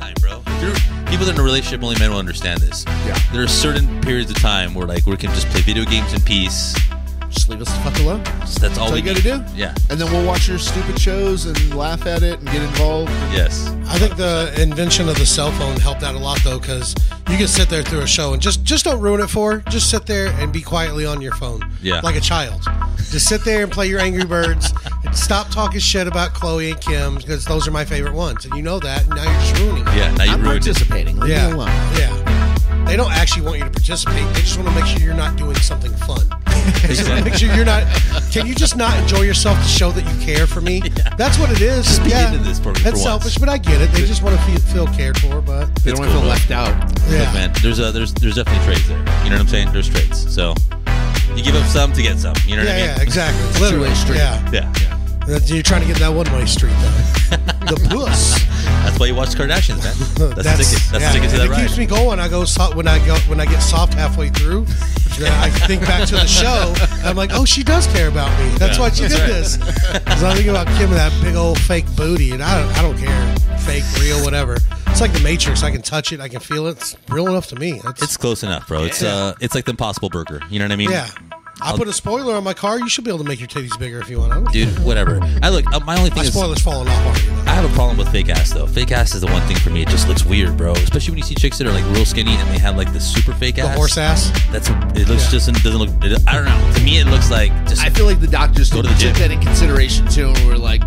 there- people that are in a relationship, only men will understand this. Yeah. There are certain periods of time where like we can just play video games in peace. Just leave us the fuck alone. Just- that's all That's all we you gotta need. do. Yeah. And then we'll watch your stupid shows and laugh at it and get involved. Yes. I think the invention of the cell phone helped out a lot though, because you can sit there through a show and just just don't ruin it for. her. Just sit there and be quietly on your phone, Yeah. like a child. Just sit there and play your Angry Birds. and stop talking shit about Chloe and Kim because those are my favorite ones, and you know that. And now you're just ruining it. Yeah. Now you I'm ruined it. participating. Leave me alone. yeah, yeah. They don't actually want you to participate. They just want to make sure you're not doing something fun. They just want to make sure you're not. Can you just not enjoy yourself to show that you care for me? That's what it is. be yeah, into this for- for that's once. selfish, but I get it. They just want to feel, feel cared for. But They It's don't want to cool, feel though. left out. Look, yeah, man, there's a, there's there's definitely trades there. You know what I'm saying? There's trades. So you give up some to get some. You know yeah, what yeah, I mean? exactly. It's Literally, two-way street. yeah. Yeah. That's- You're trying to get that one-way street though. the puss. That's why you watch Kardashians, man. That's, the ticket. That's yeah, the ticket to and that it ride. keeps me going. I go soft when I go when I get soft halfway through. then I think back to the show. and I'm like, oh, she does care about me. That's Yeah, why she that's did right. this. Because I think about Kim and that big old fake booty, and I don't, I don't care, fake, real, whatever. It's like the Matrix. I can touch it. I can feel it. It's real enough to me. That's, it's close enough, bro. It's uh, it's like the Impossible Burger. You know what I mean? yeah. I put a spoiler on my car. You should be able to make your titties bigger if you want. I don't Dude, whatever. I look. Uh, my only thing My is, spoiler's falling off on you. I have a problem with fake ass though. Fake ass is the one thing for me. It just looks weird, bro. Especially when you see chicks that are like real skinny and they have like the super fake The ass. horse ass. That's it. Looks Yeah. just doesn't doesn't look. It, I don't know. To me, it looks like just. I feel like the doctors Go to the took gym. that in consideration too, and we're like,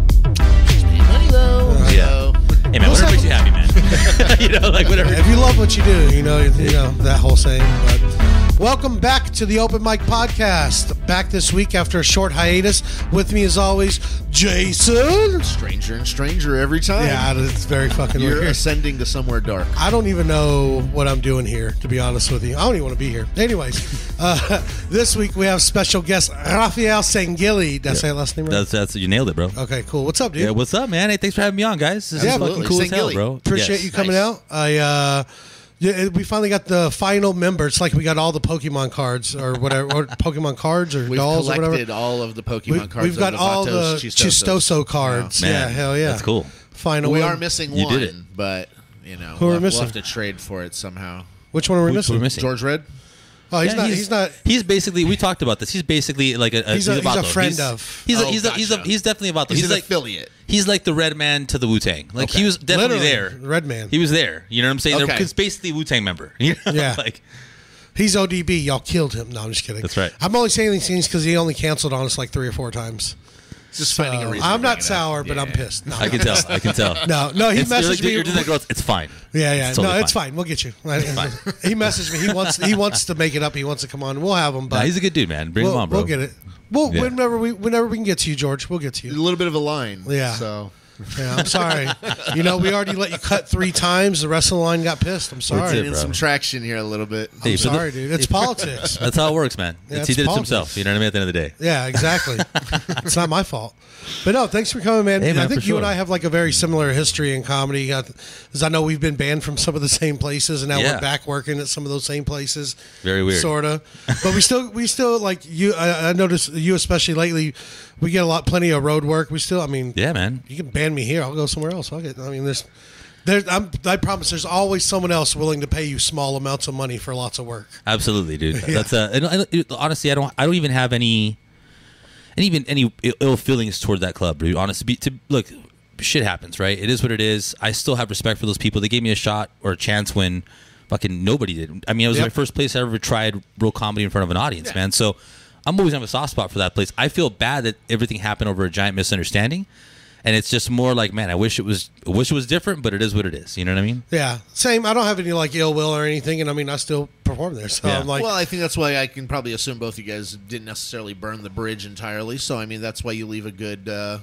she's paying money though. Uh-huh. Yeah. so- hey man, Those whatever have- makes you happy, man. you know, like whatever. If you love what you do, you know, you, you know that whole saying. But welcome back to the Open Mic Podcast. Back this week after a short hiatus. With me, as always, Jason. stranger and stranger every time. Yeah, it's very fucking You're weird. ascending to somewhere dark. I don't even know what I'm doing here, to be honest with you. I don't even want to be here. Anyways, uh, this week we have special guest Rafael Sangili. Did I say that last name right? That's that's you nailed it, bro. okay, cool. What's up, dude? Yeah, what's up, man? Hey, thanks for having me on, guys. This Yeah, is fucking absolutely. cool as Same hell, Gilly. bro. Appreciate Yes. you coming Nice. out. I uh, yeah, we finally got the final member. It's like we got all the Pokemon cards or whatever, or Pokemon cards or We've dolls or whatever. collected all of the Pokemon We- cards. we've got of all the Vatos, Chistosos. Chistoso cards. Man, yeah, hell yeah, that's cool. Final. We one. are missing You one, did it. but you know, are we we'll, have- missing? we'll have to trade for it somehow. Which one are we Who- missing? who are we missing? George Red. Oh, he's Yeah, not. He's, not. He's basically. We talked about this. He's basically like a. He's a- he's a Vato. friend he's, of. He's a, Oh, he's, a, he's, a, gotcha. he's definitely a Vato. He's, an like affiliate. He's like the red man to the Wu Tang. Like he Okay. was definitely Literally, there. Red Man. He was there. You know what I'm saying? Okay. Because basically Wu Tang member. You know? Yeah. like He's ODB. Y'all killed him. No, I'm just kidding. That's right. I'm only saying these things because he only canceled on us like three or four times. Just finding Uh, a reason. to I'm bring it not up. sour, but Yeah. I'm pissed. No, I can tell. I can tell. No, no, he It's- you're messaged like, me- You're doing that growth. It's fine. Yeah, yeah. It's totally no, it's fine. We'll get you. he messaged me. He wants he wants to make it up. He wants to come on. We'll have him. But Nah, he's a good dude, man. Bring we'll, him on, bro. we'll get it. Well, Yeah. whenever we whenever we can get to you, George, we'll get to A you. little bit of a line. Yeah. So Yeah, I'm sorry. you know, we already let you cut three times. The rest of the line got pissed. I'm sorry. it, getting bro. some traction here a little bit. Hey, I'm for the- sorry, dude. It's politics. That's how it works, man. It's- he it's did it to politics. himself. You know what I mean? At the end of the day. Yeah, exactly. it's not my fault. But no, thanks for coming, man. Hey, man, I think for you and sure. I have like a very similar history in comedy. Because I know we've been banned from some of the same places, and now Yeah. we're back working at some of those same places. Very weird. sort of. But we still, we still like you. I, I noticed you especially lately. We get a lot, plenty of road work. We still, I mean, Yeah, man. you can ban me here. I'll go somewhere else. Fuck it. I mean, there's. There's, I'm, I promise there's always someone else willing to pay you small amounts of money for lots of work. Absolutely, dude. That's uh, and, and, it- honestly, I don't, I don't even have any, and even any ill- ill feelings toward that club, dude. Honestly, be, to look, shit happens, right? It is what it is. I still have respect for those people. They gave me a shot or a chance when fucking nobody did. I mean, it was Yep. my first place I ever tried real comedy in front of an audience, man. So I'm always gonna have a soft spot for that place. I feel bad that everything happened over a giant misunderstanding. And it's just more like, man, I wish it was, I wish it was different, but it is what it is. You know what I mean? Yeah, same. I don't have any like ill will or anything, and I mean I still perform there, so Yeah. I'm like, well, I think that's why I can probably assume both you guys didn't necessarily burn the bridge entirely. So I mean, that's why you leave a good, uh,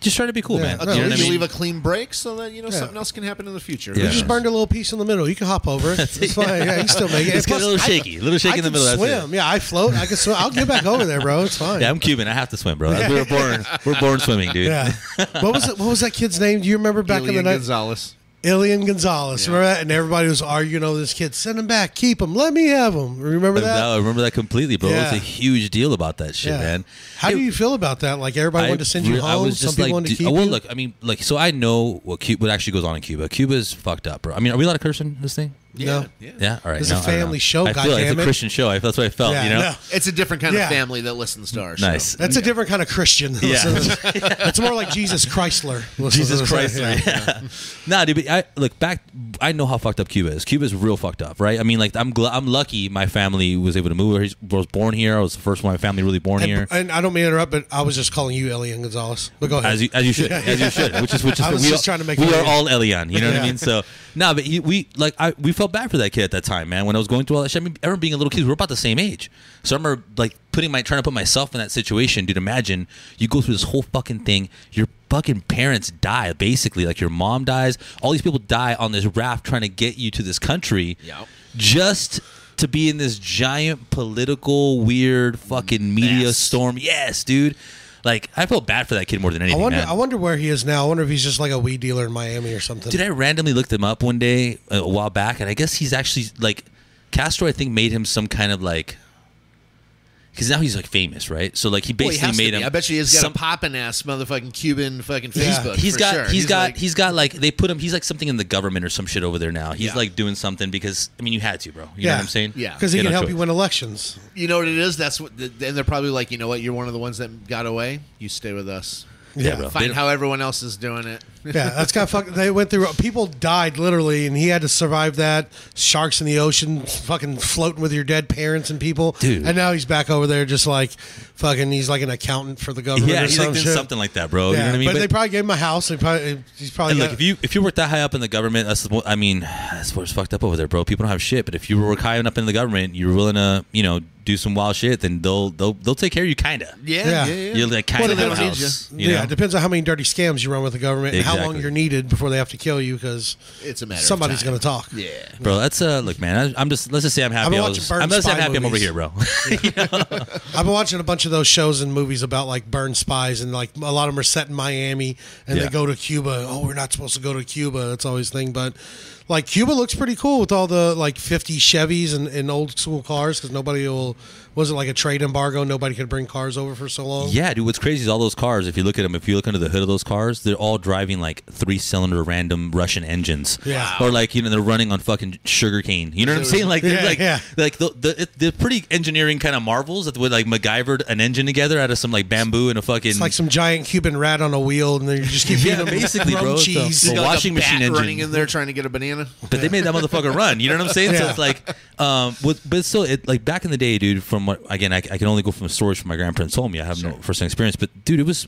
Just try to be cool, Yeah. man. a, No, you know you what I mean? leave a clean break, so that you know Yeah. something else can happen in the future. Yeah. You just burned a little piece in the middle. You can hop over it. It's fine. Yeah, you still make it. It's And getting a little plus, shaky, a little shaky I in the can middle. That's it. Swim. Yeah, I float. I can swim. I'll get back over there, bro. It's fine. Yeah, I'm Cuban. I have to swim, bro. We were born. We're born swimming, dude. Yeah. What was it? What was that kid's name? Do you remember back in the Elian night? Gonzalez. Ilian Gonzalez. Remember that? And everybody was arguing over this kid. Send him back. Keep him. Let me have him. Remember that? I remember that completely, bro. It was Yeah. a huge deal about that shit, Yeah. man. How It- do you feel about that? Like everybody wanted to send you re- home. Some people like, wanted to dude- keep well, you. look, I mean, like, so I know what Cuba, what actually goes on in Cuba. Cuba is fucked up, bro. I mean, are we allowed to curse in this thing? No. Yeah, all right. This is a no, I don't family know. show, I feel like it's goddammit. a Christian show. I, that's what I felt. Yeah, you know, no. It's a different kind Yeah. of family that listens to our show. nice. That's a different kind of Christian. Yeah. it's more like Jesus Chrysler. Jesus Christ. Yeah. nah, dude, but I look back. I know how fucked up Cuba is. Cuba is real fucked up, right? I mean, like, I'm gl- I'm lucky my family was able to move. I was born here. I was the first one in my family really born here. And, and I don't mean to interrupt, but I was just calling you Elian Gonzalez. But go ahead. As you, as you should, as you should, which is which is I was we just are, trying to make we fun are of you. all Elian, you know what Yeah. I mean? So no, but he, we like I we felt bad for that kid at that time, man. When I was going through all that shit, I, mean, I remember being a little kid. We were about the same age, so I remember like putting my trying to put myself in that situation, dude. Imagine you go through this whole fucking thing. Your fucking parents die, basically. Like your mom dies. All these people die on this raft trying to get you to this country, Yep. just to be in this giant political weird fucking media Mess. storm. Yes, dude. Like I felt bad for that kid more than I anything. wonder. man. I wonder where he is now. I wonder if he's just like a weed dealer in Miami or something. Did I randomly looked him up one day uh, a while back, and I guess he's actually like Castro. I think made him some kind of like because now he's like famous, right? So like he Well, he basically has to made be. him. I bet you he's got some- a poppin' ass motherfucking Cuban fucking Yeah. Facebook. He's for got, sure. he's got, like- he's got like they put him. He's like something in the government or some shit over there now. He's Yeah. like doing something because I mean you had to, bro. You know Yeah. what I'm saying? Yeah. Because he You had can no help choice. you win elections. You know what it is? That's what. And they're probably like, you know what? You're one of the ones that got away. You stay with us. Yeah. bro. They Find don't- how everyone else is doing it. Yeah, that's kind of fuck. They went through. People died literally, and he had to survive that. Sharks in the ocean, fucking floating with your dead parents and people. Dude. and now he's back over there, just like fucking. He's like an accountant for the government. Yeah, or he's some like doing shit. something like that, bro. Oh, Yeah, you know what I mean? but, But- they probably gave him a house. They probably uh, he's probably And got, look, if you if you work that high up in the government, that's the, mo- I mean, that's what's fucked up over there, bro. People don't have shit. But if you work high enough in the government, you're willing to, you know, do some wild shit, then they'll they'll they'll take care of you, kinda. Yeah. Yeah. yeah, yeah. You're like kind Well, of they have a don't need house. You yeah, know? it depends on how many dirty scams you run with the government and how long Exactly. you're needed before they have to kill you because It's a matter of somebody's time. going to talk. Yeah. bro. That's uh, look, man. I, I'm just let's just say I'm happy. been I watching was- Burn I'm let's say I'm Spy happy I'm over movies. here, bro. I've been watching a bunch of those shows and movies about like burned spies, and like a lot of them are set in Miami, and they Yeah. go to Cuba. Oh, we're not supposed to go to Cuba. That's always the thing, but like Cuba looks pretty cool with all the like fifty Chevys and, and old school cars because nobody will was it like a trade embargo? Nobody could bring cars over for so long. yeah, dude. What's crazy is all those cars. If you look at them, if you look under the hood of those cars, they're all driving like three cylinder random Russian engines. Yeah. Or like you know they're running on fucking sugar cane. You know what I'm saying? Like Yeah, they're like yeah. like the the, it, the pretty engineering kind of marvels that would like MacGyvered an engine together out of some like bamboo and a fucking It's like some giant Cuban rat on a wheel, and then you just keep feeding Yeah, them basically, rum bro. It's a- cheese. He's Well, got like, washing a bat machine engine. running in there trying to get a banana. but they made that motherfucker run. You know what I'm saying? So Yeah. it's like, um, with, but still, it like back in the day, dude. From what again, I, I can only go from stories from my grandparents told me. I have no first hand experience, but dude, it was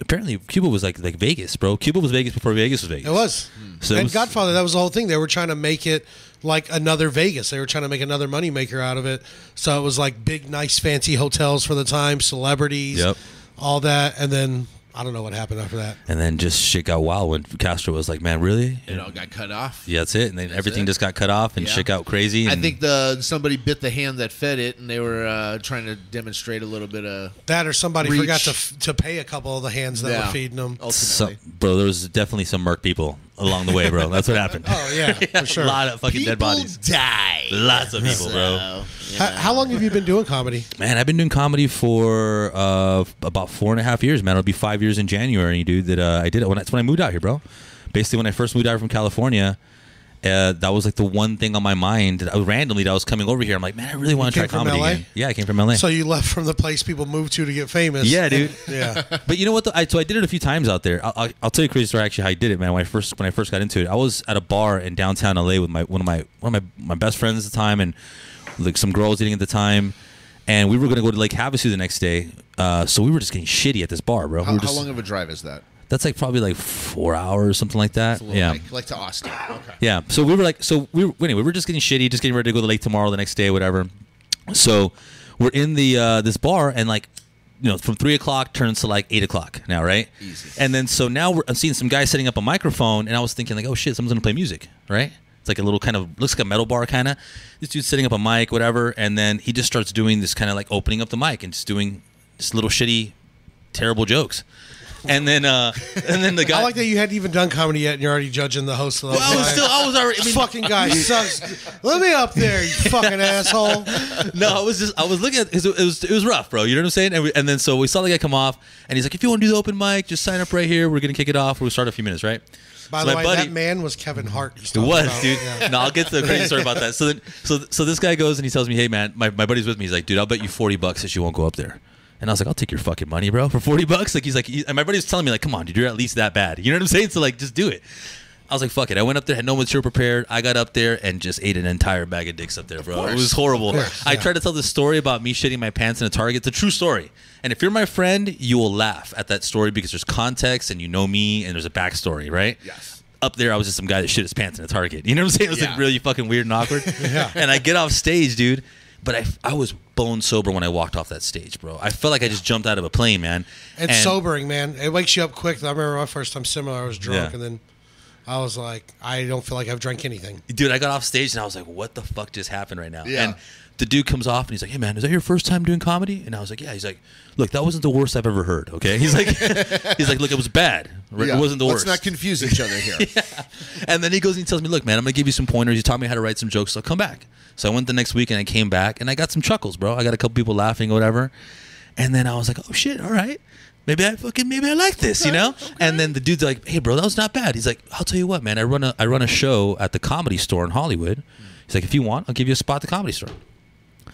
apparently Cuba was like like Vegas, bro. Cuba was Vegas before Vegas was Vegas. It was. Hmm. So it and was- Godfather, that was the whole thing. They were trying to make it like another Vegas. They were trying to make another moneymaker out of it. So it was like big, nice, fancy hotels for the time, celebrities, Yep. all that. And then I don't know what happened after that. And then just shit got wild when Castro was like, "Man, really? It all got cut off. Yeah, that's it." And then everything it. just got cut off and Yeah. shit got crazy. I and- think the somebody bit the hand that fed it, and they were uh, trying to demonstrate a little bit of That or somebody Reach. forgot to, f- to pay a couple of the hands that Yeah. were feeding them. Oh, some, ultimately. bro, there was definitely some murk people along the way, bro. That's what happened. yeah, Oh, for sure. a lot of fucking dead bodies. die. Lots of people, bro. So, you How, know. how long have you been doing comedy? Man, I've been doing comedy for uh, about four and a half years, man. It'll be five years in January, dude. That uh, I did it when that's when I moved out here, bro. Basically, when I first moved out from California, uh, that was like the one thing on my mind. That I, randomly, that I was coming over here. I'm like, man, I really want to You try came from comedy. LA? Again. Yeah, I came from LA. So you left from the place people moved to to get famous. yeah, dude. Yeah. but you know what? Though? I, so I did it a few times out there. I'll, I'll, I'll tell you a crazy story. Actually, how I did it, man. When I first when I first got into it, I was at a bar in downtown LA with my one of my one of my, my best friends at the time, and like some girls eating at the time, and we were gonna go to Lake Havasu the next day. Uh, so we were just getting shitty at this bar, bro. we How, were how just- long of a drive is that? that's like probably like four hours, something like that. Well, Yeah. like, like to Austin. Ah, Okay. Yeah. So we were like, so we were, anyway, we were just getting shitty, just getting ready to go to the lake tomorrow, the next day, whatever. So we're in the uh, this bar and like, you know, from three o'clock turns to like eight o'clock now, right? Easy. And then so now we're, I'm seeing some guy setting up a microphone, and I was thinking like, oh shit, someone's gonna play music, right? It's like a little kind of looks like a metal bar kind of. This dude's setting up a mic, whatever, and then he just starts doing this kind of like opening up the mic and just doing just little shitty, terrible jokes. and then uh, and then the guy. I like that you hadn't even done comedy yet, and you're already judging the host of the I was still. I was already. I mean, fucking guy sucks. Let me up there, you fucking asshole. no, I was just I was looking at 'cause it was it was rough, bro. You know what I'm saying? And, we, and then so we saw the guy come off, and he's like, "If you want to do the open mic, just sign up right here. We're gonna kick it off. We'll start in a few minutes, right?" By So the my way, buddy- that man was Kevin Hart. you it talking was, about. dude. Yeah. No, I'll get to the crazy story about that. So then, so so this guy goes and he tells me, "Hey, man, my, my buddy's with me. He's like, dude, I'll bet you forty bucks that you won't go up there." And I was like, "I'll take your fucking money, bro, for forty bucks." Like he's like, he- and my buddy's telling me, like, "Come on, dude, you're at least that bad." You know what I'm saying? So like, just do it. I was like, "Fuck it." I went up there, had no material prepared. I got up there and just ate an entire bag of dicks up there, bro. It was horrible. I tried to tell this story about me shitting my pants in a Target. It's a true story. And if you're my friend, you will laugh at that story because there's context and you know me and there's a backstory, right? Yes. up there, I was just some guy that shit his pants in a Target. You know what I'm saying? It was Yeah. like really fucking weird and awkward. Yeah. And I get off stage, dude. But I, I was bone sober when I walked off that stage, bro. I felt like I just jumped out of a plane, man. It's sobering, man. It wakes you up quick. I remember my first time similar. I was drunk, Yeah. and then I was like, I don't feel like I've drank anything. Dude, I got off stage and I was like, what the fuck just happened right now? Yeah. And the dude comes off and he's like, hey, man, is that your first time doing comedy? And I was like, yeah. He's like, look, that wasn't the worst I've ever heard, okay? He's like, he's like, look, it was bad. right? Yeah. It wasn't the Let's worst. not confuse each other here. And then he goes and he tells me, "Look, man, I'm gonna give you some pointers. You taught me how to write some jokes. So I'll come back." So I went the next week and I came back and I got some chuckles, bro. I got a couple people laughing or whatever. And then I was like, "Oh shit, all right, maybe I fucking maybe I like this," you know. And then the dude's like, "Hey, bro, that was not bad." He's like, "I'll tell you what, man. I run a I run a show at the Comedy Store in Hollywood." He's like, "If you want, I'll give you a spot at the Comedy Store."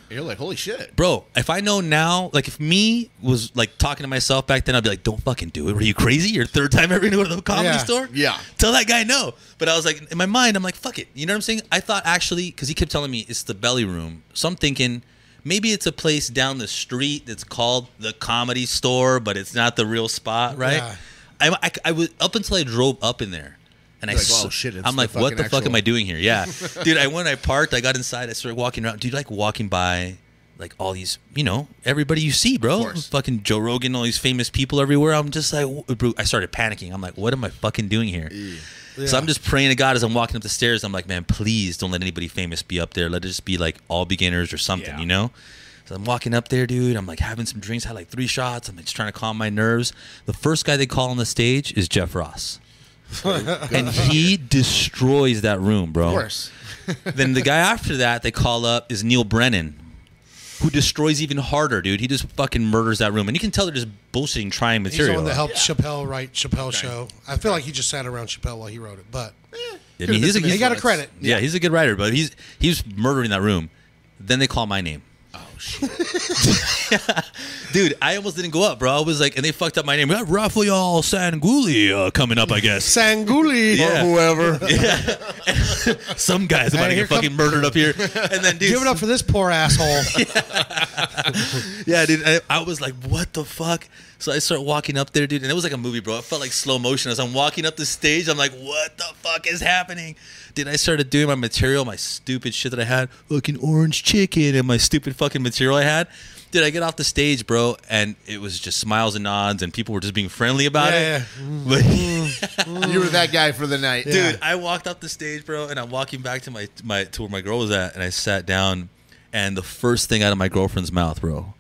You're like, holy shit. Bro, if I know now, like if me was like talking to myself back then, I'd be like, "Don't fucking do it. Were you crazy? Your third time ever going to the comedy Yeah. store? Yeah. Tell that guy no." But I was like, in my mind, I'm like, "Fuck it." You know what I'm saying? I thought actually, because he kept telling me it's the belly room. So I'm thinking maybe it's a place down the street that's called the comedy store, but it's not the real spot, right? Yeah. I, I, I was up until I drove up in there. And I You're like, s- "Oh, shit, it's I'm the like, what fucking the fuck actual- am I doing here? Yeah, dude. I went, I parked, I got inside, I started walking around. Dude, like walking by, like all these, you know, everybody you see, bro. course. Fucking Joe Rogan, all these famous people everywhere. I'm just like, w- bro, I started panicking. I'm like, what am I fucking doing here? So I'm just praying to God as I'm walking up the stairs. I'm like, man, please don't let anybody famous be up there. Let it just be like all beginners or something, Yeah. you know? So I'm walking up there, dude. I'm like having some drinks, had like three shots. I'm just trying to calm my nerves. The first guy they call on the stage is Jeff Ross. and he destroys that room, bro Of course. then the guy after that they call up is Neil Brennan, who destroys even harder, dude. He just fucking murders that room, and you can tell they're just bullshitting, trying He's the material. one that up. helped Chappelle write Chappelle Show. I feel like he just sat around Chappelle while he wrote it, but I mean, he's a, he got a Influence. credit. yeah, he's a good writer, but he's he's murdering that room. Then they call my name. Oh, shit. Dude, I almost didn't go up, bro. I was like, and they fucked up my name. We got Raphael Sanguli uh, coming up, I guess. Sanguli. Yeah. Whoever. Some guy's about Hey, to here get fucking murdered up here. And then, dude, Give it up for this poor asshole. Yeah, dude. I, I was like, what the fuck? So I start walking up there, dude, and it was like a movie, bro. It felt like slow motion as I'm walking up the stage. I'm like, what the fuck is happening? Dude, I started doing my material, my stupid shit that I had, fucking orange chicken, and my stupid fucking material I had. Dude, I get off the stage, bro, and it was just smiles and nods, and people were just being friendly about Yeah, Mm. it. But you were that guy for the night. dude i walked up the stage bro and i'm walking back to my my to where my girl was at and i sat down and the first thing out of my girlfriend's mouth bro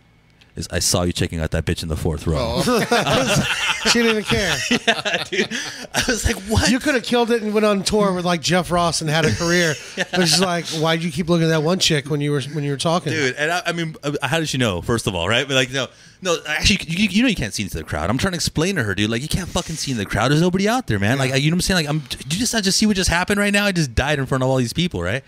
is i saw you checking out that bitch in the fourth Oh, Oh. row she didn't care. Dude, i was like what You could have killed it and went on tour with like Jeff Ross and had a career. But she's like, why'd you keep looking at that one chick when you were when you were talking? dude and I, I mean uh, how did she know first of all right but like no no actually you, you- you know you can't see into the crowd i'm trying to explain to her dude like you can't fucking see in the crowd there's nobody out there man like you know what i'm saying like i'm did you just not just see what just happened right now i just died in front of all these people right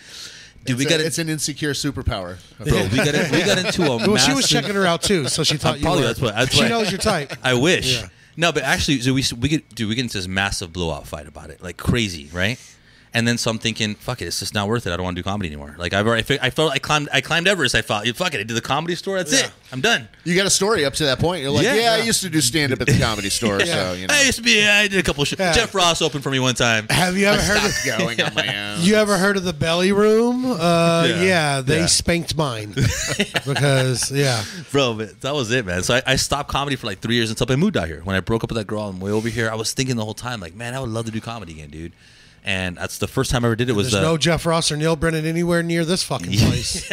dude we It's, got a, it's an insecure superpower. bro we got we got into a Well, she was massive- checking her out too, so she thought you probably were. that's what- that's she what- knows your type. I wish. Yeah. No, but actually, so we we get dude, we get into this massive blowout fight about it, like crazy, right? And then so I'm thinking, fuck it, it's just not worth it. I don't want to do comedy anymore. Like I've already, I felt I climbed, I climbed Everest. I thought, fuck it, I did the comedy store. That's it. I'm done. You got a story up to that point. You're like, Yeah. yeah, I used to do stand up at the comedy store, so you know. I used to be, I did a couple. Of sh- Yeah. Jeff Ross opened for me one time. Have you ever heard of Stop going on my own. you ever heard of the belly room? Uh, Yeah. yeah. they Yeah. spanked mine because yeah, bro. But that was it, man. So I, I stopped comedy for like three years until I moved out here. When I broke up with that girl on the way over here, I was thinking the whole time, like, man, I would love to do comedy again, dude. and that's the first time I ever did it. Was There's the no Jeff Ross or Neil Brennan anywhere near this fucking place.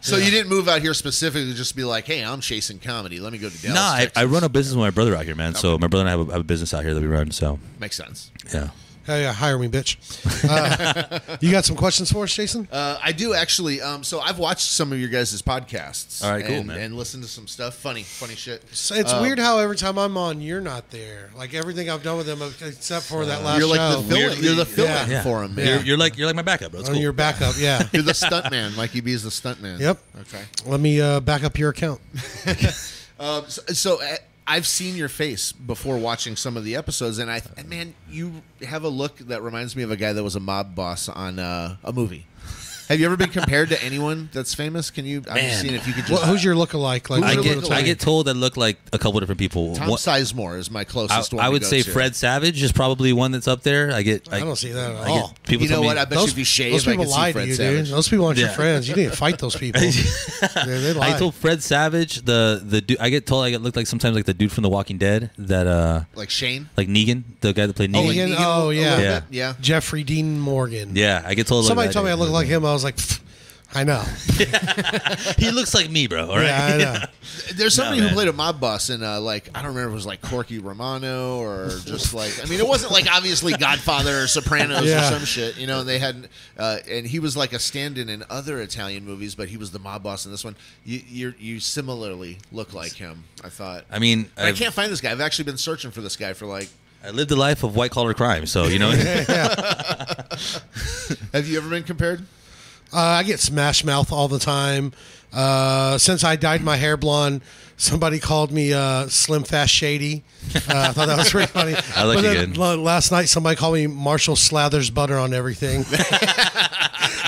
So you didn't move out here specifically to just be like, hey, I'm chasing comedy. Let me go to Dallas. Nah, I, I Texas." run a business with my brother out here, man. So my brother and I have a, have a business out here that we run. So Makes sense. yeah, Hell yeah, hire me, bitch. Uh, you got some questions for us, Jason? Uh, I do actually. Um, so I've watched some of your guys' podcasts. All right, cool, and, man. And listened to some stuff. Funny, funny shit. So it's Um, weird how every time I'm on, you're not there. Like everything I've done with them, except for Uh, that last You're like show. the fill-in. You're the fill-in Yeah. for him, man. You're, you're like you're like my backup, bro. It's on cool. your backup, yeah. You're the stunt man. Mikey B is the stunt man. Yep. Okay. Let me uh, back up your account. Um, so so uh, I've seen your face before watching some of the episodes, and I and man, you have a look that reminds me of a guy that was a mob boss on uh, a movie. Have you ever been compared to anyone that's famous? Can you? I'm just Man. seeing if you could just. Well, who's your lookalike? Like, Who's I your get look I like? get told I look like a couple different people. Tom One- Sizemore is my I, closest one. I to would go say to. Fred Savage is probably one that's up there. I get I don't see that at I get all. People You know tell me- what? I bet you if you shave, those I people can see lie Fred to you, Savage. dude. Those people aren't your Yeah. friends. You need to fight those people. yeah, they lie. I told Fred Savage the the dude I get told I get looked like sometimes like the dude from The Walking Dead that uh Like Shane. like Negan the guy that played oh, Negan. Negan. a yeah, little Yeah. bit, yeah. Jeffrey Dean Morgan. Yeah, I get told like Somebody that, told me I dude. look like him. I was like, "Pfft, I know. he looks like me, bro. All right. Yeah, I know. There's somebody who man. played a mob boss in uh, like I don't remember if it was like Corky Romano or just like I mean it wasn't like obviously Godfather or Sopranos Yeah. or some shit you know and they had uh, and he was like a stand-in in other Italian movies but he was the mob boss in this one you you're, you similarly look like him I thought I mean, But I I've- can't find this guy I've actually been searching for this guy for like I lived a life of white collar crime, so you know. have you ever been compared Uh, I get smash mouth all the time. Uh, since I dyed my hair blonde, somebody called me uh, Slim Fast Shady. Uh, I thought that was pretty funny. I like but you then good. la- last night, somebody called me Marshall Slathers Butter on everything.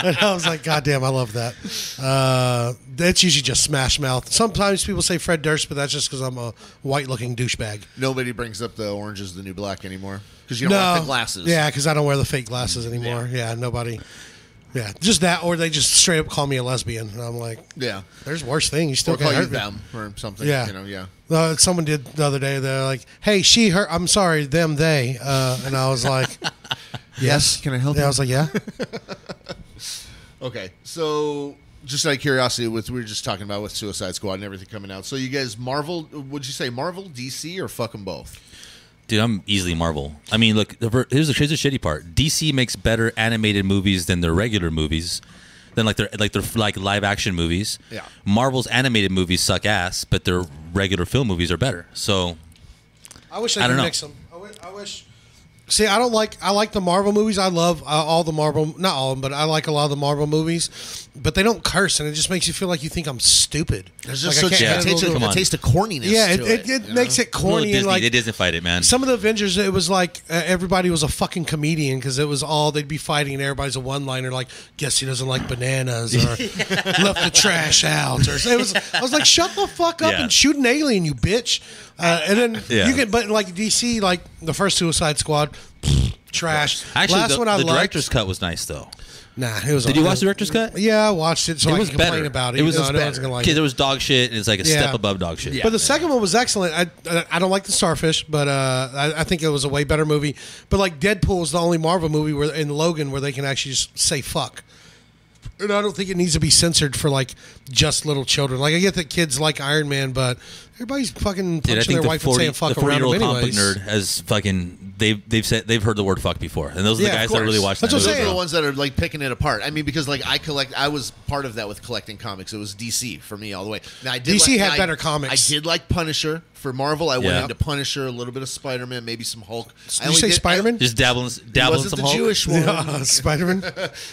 and I was like, God damn, I love that. Uh, that's usually just smash mouth. Sometimes people say Fred Durst, but that's just because I'm a white looking douchebag. nobody brings up the orange is the new black anymore because you don't no want the glasses Yeah, because I don't wear the fake glasses anymore. Yeah. nobody. Yeah, just that, or they just straight up call me a lesbian, and I'm like, yeah there's worse thing. You still or can't call you hurt me. them or something Yeah. you know yeah. Uh, someone did the other day. They're like, "Hey, she, her." I'm sorry, them, they. Uh, and I was like, "Yes, Can I help Yeah, you? I was like, "Yeah." Okay, so just out of curiosity, with we were just talking about with Suicide Squad and everything coming out. So you guys, Marvel? Would you say Marvel, DC, or fuck them both? Dude, I'm easily Marvel. I mean, look, the, ver- here's the here's the shitty part. DC makes better animated movies than their regular movies, than like their like their like live action movies. Yeah. Marvel's animated movies suck ass, but their regular film movies are better. So I wish they I could don't know. mix them. I wish, I wish. See, I don't like. I like the Marvel movies. I love uh, all the Marvel, not all of them, but I like a lot of the Marvel movies. But they don't curse, and it just makes you feel like you think I'm stupid. There's just like, I such can't a, handle taste, the- Come a on. taste of corniness. yeah, it, to it, it you know? makes it Little corny. and Disney, like they Disney fight it, man. Some of the Avengers, it was like uh, everybody was a fucking comedian because it was all they'd be fighting, and everybody's a one-liner like, "Guess he doesn't like bananas," or "Left the trash out," or it was. I was like, "Shut the fuck up Yeah. and shoot an alien, you bitch!" Uh, and then Yeah. you can, but like DC, like the first Suicide Squad, trash. actually, Last the, one I the liked. director's cut was nice though. Nah, it was. Did you watch the director's cut? Yeah, I watched it, so It I was can complain better. about it. It even was though I know I better. wasn't gonna like okay, it. there was dog shit, and it's like a Yeah. step above dog shit. But the second one was excellent. I- I I don't like the starfish, but uh, I, I think it was a way better movie. But like Deadpool is the only Marvel movie where in Logan where they can actually just say fuck. And I don't think it needs to be censored for like just little children. Like I get that kids like Iron Man, but everybody's fucking punching Dude, I think their the wife forty, and saying fuck the forty around year old them comic book anyways. nerd has fucking they've they've said they've heard the word fuck before, and those are Yeah, the of guys that really course. watch That's that what movie, Those I'm saying. are bro. the ones that are like picking it apart. I mean, because like I collect, I was part of that with collecting comics. It was DC for me all the way. Now I did DC like, had I- better comics. I did like Punisher for Marvel. I went Yeah. into Punisher, a little bit of Spider Man, maybe some Hulk. I Did you only say did- I- Spider Man? Just dabbling, It dabbling wasn't some the Hulk. Jewish one. Spider Man.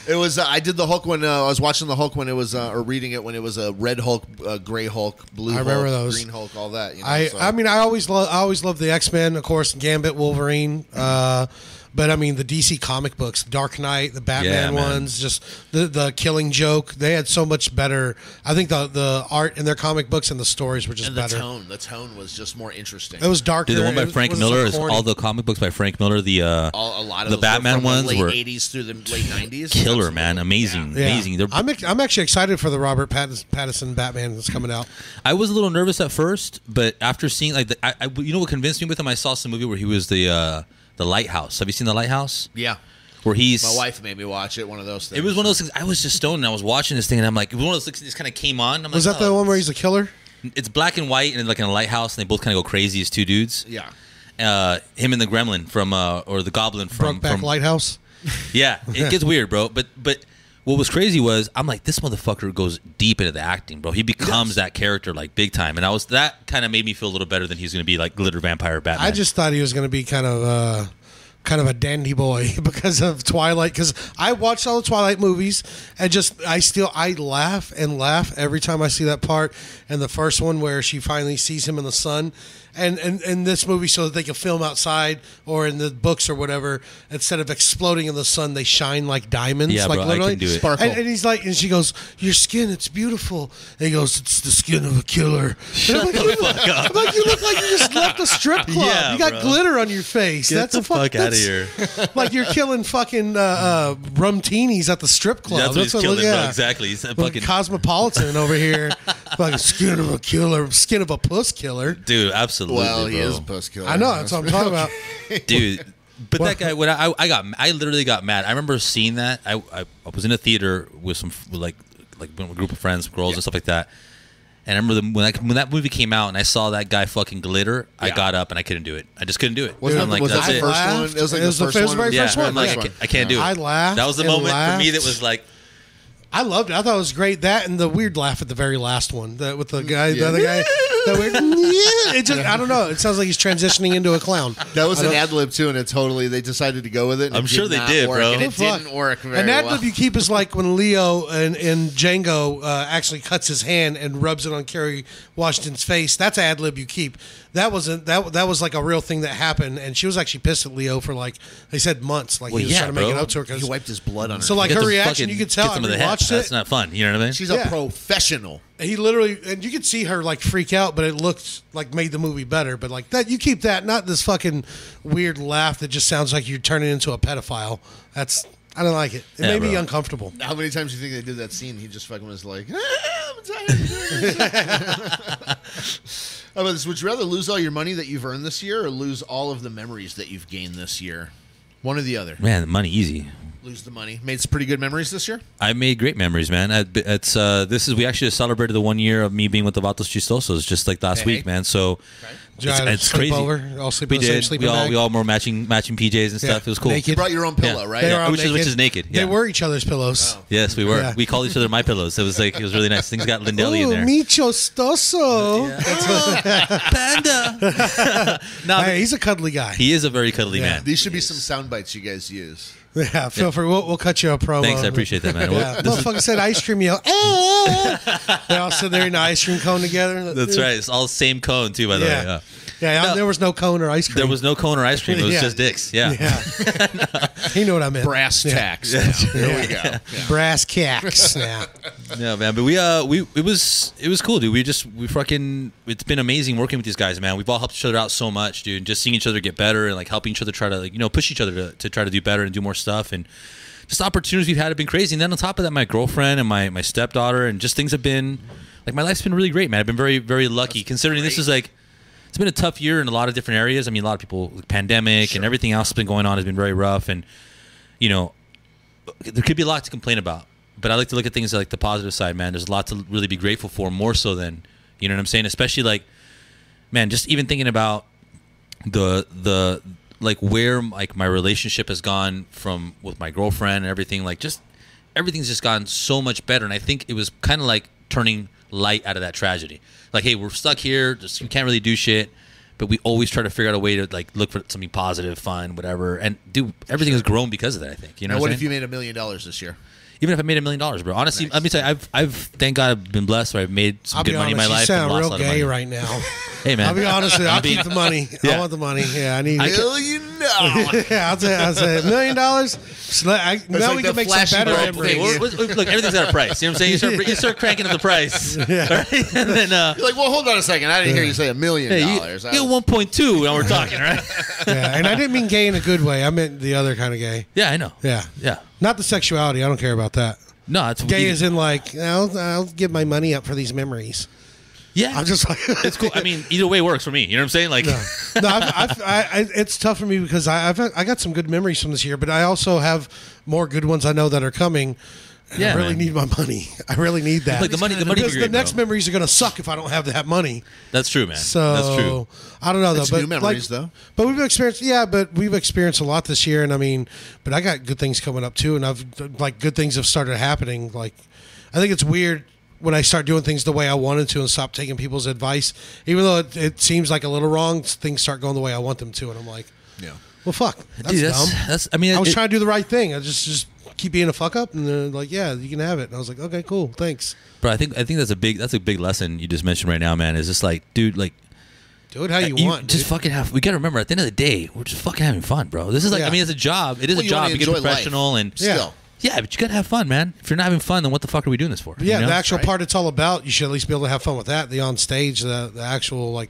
It was. Uh, I did the Hulk when uh, I was watching the Hulk when it was, uh, or reading it when it was a uh, Red Hulk, uh, Gray Hulk, Blue. I remember Hulk, those. Green Hulk, all that. You know, I so. I mean I always love I always love the X Men, of course, Gambit, Wolverine. Uh, but I mean the DC comic books, Dark Knight, the Batman Yeah, man. ones, just the the Killing Joke. They had so much better. I think the the art in their comic books and the stories were just and the better. tone, the tone was just more interesting. It was darker. Dude, the one It by was- Frank wasn't so Miller is corny. all the comic books by Frank Miller. The uh, all, a lot of the those were Batman from ones the late were '80s through the late '90s. killer, Absolutely. man. Amazing, Yeah. amazing. They're, I'm, I'm actually excited for the Robert Pattinson, Pattinson Batman that's coming out. I was a little nervous at first, but after seeing like the, I, I- you know what convinced me with him, I saw some movie where he was the uh, the lighthouse. Have you seen the lighthouse? Yeah. where he's My wife made me watch it. One of those things. It was one of those things. I was just stoned and I was watching this thing and I'm like, it was one of those things that just kind of came on. I'm Was like, that the uh, "Oh, one where he's a killer? It's black and white and like in a lighthouse and they both kind of go crazy as two dudes. Yeah. Uh, him and the gremlin from uh, or the goblin from, Brokeback from Lighthouse. yeah, it gets weird, bro. But but what was crazy was I'm like, this motherfucker goes deep into the acting, bro. He becomes that character like big time, and I was that kind of made me feel a little better than he's gonna be like glitter vampire Batman. I just thought he was going to be kind of uh, kind of a dandy boy because of Twilight. Because I watched all the Twilight movies and just I still I laugh and laugh every time I see that part. And the first one where she finally sees him in the sun, and and in this movie so that they can film outside or in the books or whatever. Instead of exploding in the sun, they shine like diamonds. Yeah, like bro, I literally can do it. Sparkle. And, and he's like, and she goes, "Your skin, it's beautiful." And he goes, "It's the skin of a killer." And I'm like, "You look- I'm like, you look like you just left a strip club. Yeah, you got bro. glitter on your face. Get that's the a fuck, fuck outta that's- here. like you're killing fucking uh, uh, rum teenies at the strip club. that's what he's killing, yeah. bro. Exactly, he's a Fucking fucking cosmopolitan over here, fucking skin of a killer, skin of a puss killer. dude. Absolutely, Well, he bro. is post killer. I know that's what I'm talking about. dude. But that guy, when I, I got, I literally got mad. I remember seeing that. I, I, I was in a theater with some with like like with a group of friends, girls and stuff like that. And I remember the, when I, when that movie came out and I saw that guy fucking glitter. I Yeah. got up and I couldn't do it. I just couldn't do it. Wasn't I'm that- like, was that that's the it. first I one? laughed. It was like It the was the first first- one. very yeah, first one. I'm like, I First can't, one. I can't do it. I laughed That was the and moment for me that laughed. was like, I loved it. I thought it was great. That and the weird laugh at the very last one, that with the guy, the Mm. Yeah. other guy, that weird. Yeah, it just I don't know. It sounds like he's transitioning into a clown. That was I an don't- ad lib too, and it totally they decided to go with it. and I'm it sure did they not did, work, bro. And Oh, it didn't work very An ad well. lib you keep is like when Leo and, and Django uh, actually cuts his hand and rubs it on Kerry Washington's face. That's ad lib you keep. That wasn't that that was like a real thing that happened, and she was actually pissed at Leo for like they said months. Like Well, he was yeah, trying to make bro. it up to her. 'cause- He wiped his blood on her. So like get her the reaction, fucking- you could tell. Get some I of the mean, head. watched That's it. not fun. You know what I mean? she's yeah. a professional. he literally, and you could see her like freak out, but it looked like made the movie better. But like that, you keep that, not this fucking weird laugh that just sounds like you're turning into a pedophile. That's I don't like it. It Yeah, made me bro. uncomfortable. How many times do you think they did that scene? He just fucking was like, "Ah, I'm tired. How about this? Would you rather lose all your money that you've earned this year or lose all of the memories that you've gained this year? One or the other. Man, the money easy. Lose the money. Made some pretty good memories this year. I made great memories, man. I, it's uh, this is we actually just celebrated the one year of me being with the Vatos Chistosos just like last Hey. week, man. So Did you have a sleepover? All sleep we in the same did. sleeping We all bag? we all were matching matching PJs and Yeah. stuff. It was cool. Naked. You brought your own pillow, Yeah. right? They were all Which is- which is naked, yeah. Oh. They were each other's pillows. Yes, we were. Yeah. We called each other my pillows. It was like it was really nice. Things got Lindelli in Ooh, there. mi chostoso. Panda. no, Hey, he's a cuddly guy. Um, he is a very cuddly Yeah. man. These should be some sound bites you guys use. yeah, feel free. We'll, we'll cut you a promo. Thanks, I appreciate that, man. Yeah. Motherfucker said ice cream yell. "Eh." they all sit there in the ice cream cone together. That's right. It's all the same cone too, by the way. Yeah. Oh, Yeah. Yeah, No. there was no cone or ice cream. There was no cone or ice cream. It was Yeah. just dicks. Yeah. Yeah. he knew what I meant. Brass Yeah. tacks. Now. Here we go. Brass cacks now. Yeah, man. But we uh we it was it was cool, dude. We just we fucking it's been amazing working with these guys, man. We've all helped each other out so much, dude. And just seeing each other get better and like helping each other try to like you know push each other to, to try to do better and do more stuff and just the opportunities we've had have been crazy. And then on top of that, my girlfriend and my my stepdaughter and just things have been like my life's been really great, man. I've been very very lucky considering this is like it's been a tough year in a lot of different areas. I mean, a lot of people pandemic and everything else that's been going on has been very rough and you know there could be a lot to complain about, but I like to look at things like the positive side, man. There's a lot to really be grateful for, more so than you know what I'm saying. Especially like, man, just even thinking about the the like where like my relationship has gone from with my girlfriend and everything. Like, just everything's just gotten so much better, and I think it was kind of like turning light out of that tragedy. Like, hey, we're stuck here, just we can't really do shit. But we always try to figure out a way to like look for something positive, fun, whatever. And dude, everything has grown because of that. I think you know. what Now, I'm what saying? if you made a million dollars this year? even if I made a million dollars, bro. Honestly, let me tell you, I've I've thank God I've been blessed where I've made some I'll good be money in honest. my life. you and sound lost a real lot of gay money. right now. Hey man, I'll be honest with you. I'll keep the money. I Yeah. want the money. Yeah, I need I it. can- Well, you know. yeah, I'll say, I'll say a million dollars. So that- I- Now like we the can make some flashing better bulb memories. thing. Well, let's- let's- look, everything's at a price. You know what I'm saying? You start, you start cranking up the price, right? and then uh, You're like, well, hold on a second. I didn't hear you say a million hey, you dollars. I get was- 1.2, and we're talking, right? Yeah, and I didn't mean gay in a good way. I meant the other kind of gay. yeah, I know. Yeah, yeah. Not the sexuality. I don't care about that. No, it's Gay is in like I'll, I'll give my money up for these memories. Yeah. I'm just like it's cool. I mean, either way works for me. You know what I'm saying? Like, no, no I've, I've, I, I, it's tough for me because I, I've I got some good memories from this year, but I also have more good ones I know that are coming. And Yeah, I really man. need my money. I really need that. Like, the money- the money would Because be the great, next bro. memories are going to suck if I don't have that money. that's true, man. So that's true. I don't know though. It's but new like- memories, though. But we've experienced, yeah. But we've experienced a lot this year, and I mean, but I got good things coming up too, and I've like good things have started happening. Like, I think it's weird when I start doing things the way I wanted to and stop taking people's advice, even though it, it seems like a little wrong. Things start going the way I want them to, and I'm like, Yeah. well, fuck, that's Dude, that's, dumb. that's. I mean, I was it- trying to do the right thing. I just just keep being a fuck up, and they're like, yeah, you can have it. And I was like, okay, cool, thanks. bro. I think I think that's a big that's a big lesson you just mentioned right now, man. Is just like, dude, like Do it how you, Uh, you want. just dude. fucking have. We got to remember at the end of the day, we're just fucking having fun, bro. This is like, Yeah. I mean, it's a job. It is Well, a you wanna job. You get enjoy life. professional and Yeah. Still. yeah, but you gotta have fun, man. If you're not having fun, then what the fuck are we doing this for? Yeah, you know? the actual part it's all about, you should at least be able to have fun with that. The on stage, the, the actual like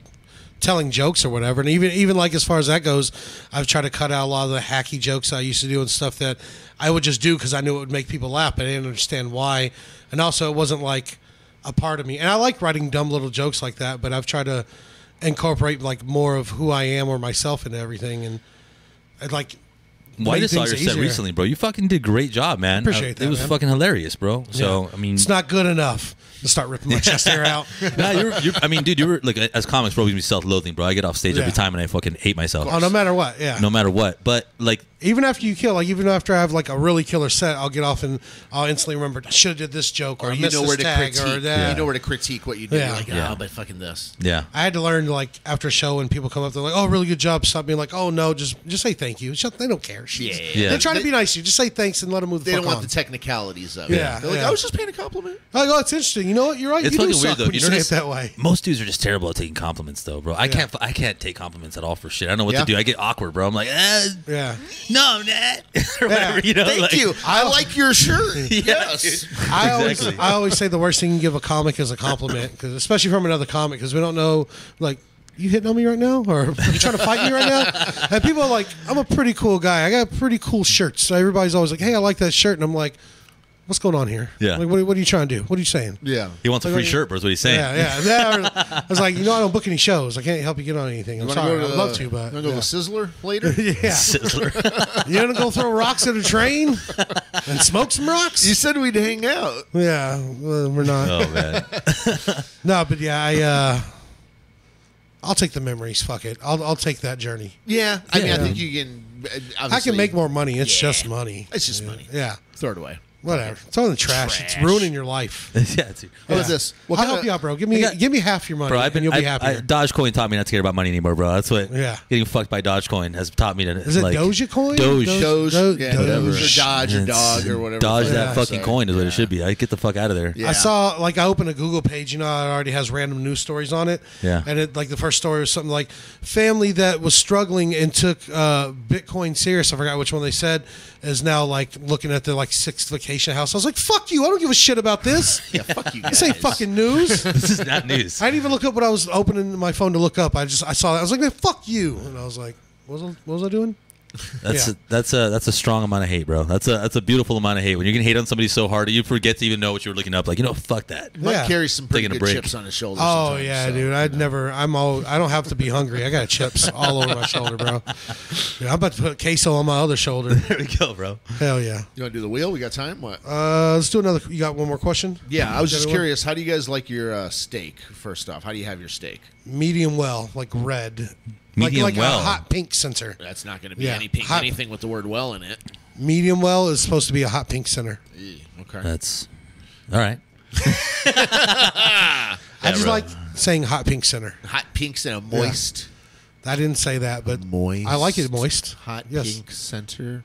telling jokes or whatever. And even even like as far as that goes, I've tried to cut out a lot of the hacky jokes I used to do and stuff that I would just do because I knew it would make people laugh. But I didn't understand why, and also it wasn't like a part of me. And I like writing dumb little jokes like that, but I've tried to incorporate like more of who I am or myself into everything. And I'd like Well, I make just saw things your set easier. recently, bro. You fucking did a great job, man. Appreciate Uh, that, It was man. fucking hilarious, bro. So I mean, it's not good enough to start ripping my chest hair out. Nah, you're, you're, I mean, dude, you were like as comics, bro. We can be self-loathing, bro. I get off stage Yeah. every time and I fucking hate myself, Oh, no matter what, yeah. no matter what. But like, even after you kill, like even after I have like a really killer set, I'll get off and I'll instantly remember I should have did this joke or, I Oh, You missed know this where to tag critique. or that. You know where to critique what you do. Yeah. You're like, Yeah. oh, but fucking this. yeah, I had to learn like after a show when people come up, they're like, "Oh, really good job." Stop being like, "Oh no, just just say thank you." Shut, they don't care. She's- Yeah. Yeah. They're trying to They- be nice to you. Just say thanks and let them move They the fuck don't want on. the technicalities of it. Yeah, They're like, yeah. I was just paying a compliment. like, oh, it's interesting. You know what? You're right. it's you do fucking suck weird though. when You you say it notice that way. Most dudes are just terrible at taking compliments, though, bro. I can't, I can't take compliments at all for shit. I don't know what Yeah. to do. I get awkward, bro. I'm like, eh, Yeah. no, I'm not. or whatever, you know, Thank like- you. I like your shirt. yes. dude. I always, Exactly. I always say the worst thing you can give a comic is a compliment, 'cause- especially from another comic, because we don't know, like, you hitting on me right now, or you trying to fight me right now? And people are like, I'm a pretty cool guy. I got pretty cool shirts. So everybody's always like, hey, I like that shirt, and I'm like, what's going on here? Yeah. Like, what, what are you trying to do? What are you saying? Yeah. He wants a Like, free shirt, bro. Is what he's saying. Yeah, yeah. And then I was like, you know, I don't book any shows. I can't help you get on anything. I'm Wanna sorry. go to I'd the- love to, but wanna go to yeah. the Sizzler later? yeah. Sizzler. you gonna go throw rocks at a train and smoke some rocks? You said we'd hang out. yeah, well, we're not. oh man. No, but yeah, I uh I'll take the memories. Fuck it. I'll I'll take that journey. Yeah. I mean, I Yeah. think you can. uh, I can make more. more money. It's just money. It's just money. Yeah. Throw it away. Whatever. It's all in the trash. It's Trash. ruining your life. yeah, dude. What is this? What I'll kinda- help you out, bro. Give me I got- give me half your money Bro, I've been. and you'll I, be happier. I, Dogecoin taught me not to care about money anymore, bro. That's what. Yeah. Getting fucked by Dogecoin has taught me to. Is it like, Doja Coin? Doge. Doge- Doge, Doge- yeah, Doge. whatever. Or Dodge or It's- Dog or whatever. Dodge the fuck that it is. fucking So, coin is what yeah. it should be. I get the fuck out of there. Yeah. I saw like I opened a Google page, you know, it already has random news stories on it. Yeah. And it like the first story was something like family that was struggling and took uh, Bitcoin serious. I forgot which one they said is now like looking at their like sixth vacation house. I was like, fuck you! I don't give a shit about this. Yeah, fuck you guys. This ain't fucking news. This is not news. I didn't even look up what I was opening my phone to look up. I just I saw that. I was like, man, fuck you. And I was like, what was I, what was I doing? That's Yeah. a, that's a that's a strong amount of hate, bro. That's a that's a beautiful amount of hate. When you can hate on somebody so hard, you forget to even know what you were looking up. Like you know, fuck that. Mike Yeah. carries some pretty Taking a good break. chips on his shoulders. Oh sometimes, yeah, so. dude. I'd never. I'm all. I don't have to be hungry. I got chips all over my shoulder, bro. Dude, I'm about to put queso on my other shoulder. There we go, bro. Hell yeah. You want to do the wheel? We got time? What? Uh, let's do another. You got one more question? yeah, I was Is just that it? curious. How do you guys like your uh, steak? First off, how do you have your steak? Medium well, like red. Medium like, like well. a hot pink center. That's not going to be Yeah. any pink, Hot- anything with the word "well" in it. Medium well is supposed to be a hot pink center. Ew, Okay. That's all right. I just bro. like saying hot pink center. Hot pinks and a moist, I didn't say that, but moist. I like it moist. Hot yes. pink center.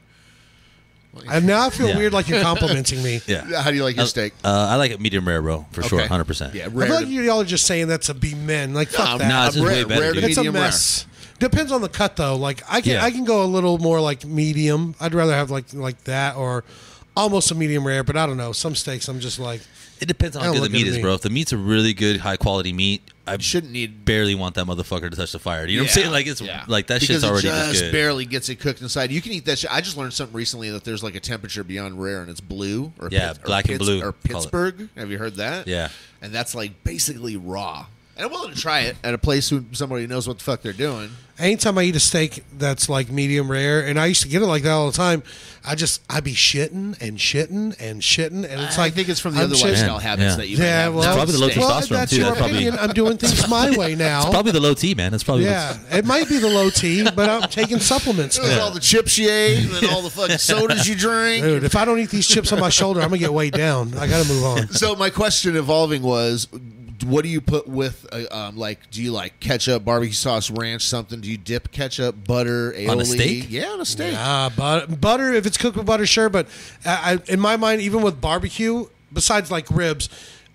And now I feel Yeah. weird, like you're complimenting me. Yeah. How do you like your Uh, steak? Uh, I like it medium rare, bro, for sure, Okay. hundred percent. Yeah, I rare. feel like to- you all are just saying that to be men. Like fuck Nah, that. Nah, it's just rare- way better, rare to dude. it's a medium rare. mess. Depends on the cut though. Like I can Yeah. I can go a little more like medium. I'd rather have like like that or almost a medium rare, but I don't know. Some steaks I'm just like It depends on Oh, how good the look at meat is, me. bro. If the meat's a really good, high quality meat, I Shouldn't need barely want that motherfucker to touch the fire. You know what I'm saying? Like it's Yeah. like that Because shit's already it just, just good. barely gets it cooked inside. You can eat that shit. I just learned something recently that there's like a temperature beyond rare and it's blue or Yeah, Pitts- or black and Pitts- blue, call or it. Pittsburgh. Have you heard that? Yeah. and that's like basically raw. And I'm willing to try it at a place who somebody knows what the fuck they're doing. Anytime I eat a steak that's like medium rare, and I used to get it like that all the time, I just I'd be shitting and shitting and shitting, and it's I like think it's from the I'm other shitting- lifestyle Yeah. habits that you might Yeah, have well, now. probably the low Steak. testosterone, well, that's too. your That probably- opinion. I'm doing things my way now. It's probably the low T, man. It's probably yeah, it might be the low T, but I'm taking supplements. It was all the chips you ate, and then all the fucking sodas you drink. Dude, if I don't eat these chips on my shoulder, I'm gonna get weighed down. I gotta move on. So my question evolving was, what do you put with uh, um, like? Do you like ketchup, barbecue sauce, ranch, something? Do you dip ketchup, butter, aioli? On a steak? Yeah, on a steak. Ah, but, butter. If it's cooked with butter, sure. But I, I, in my mind, even with barbecue, besides like ribs,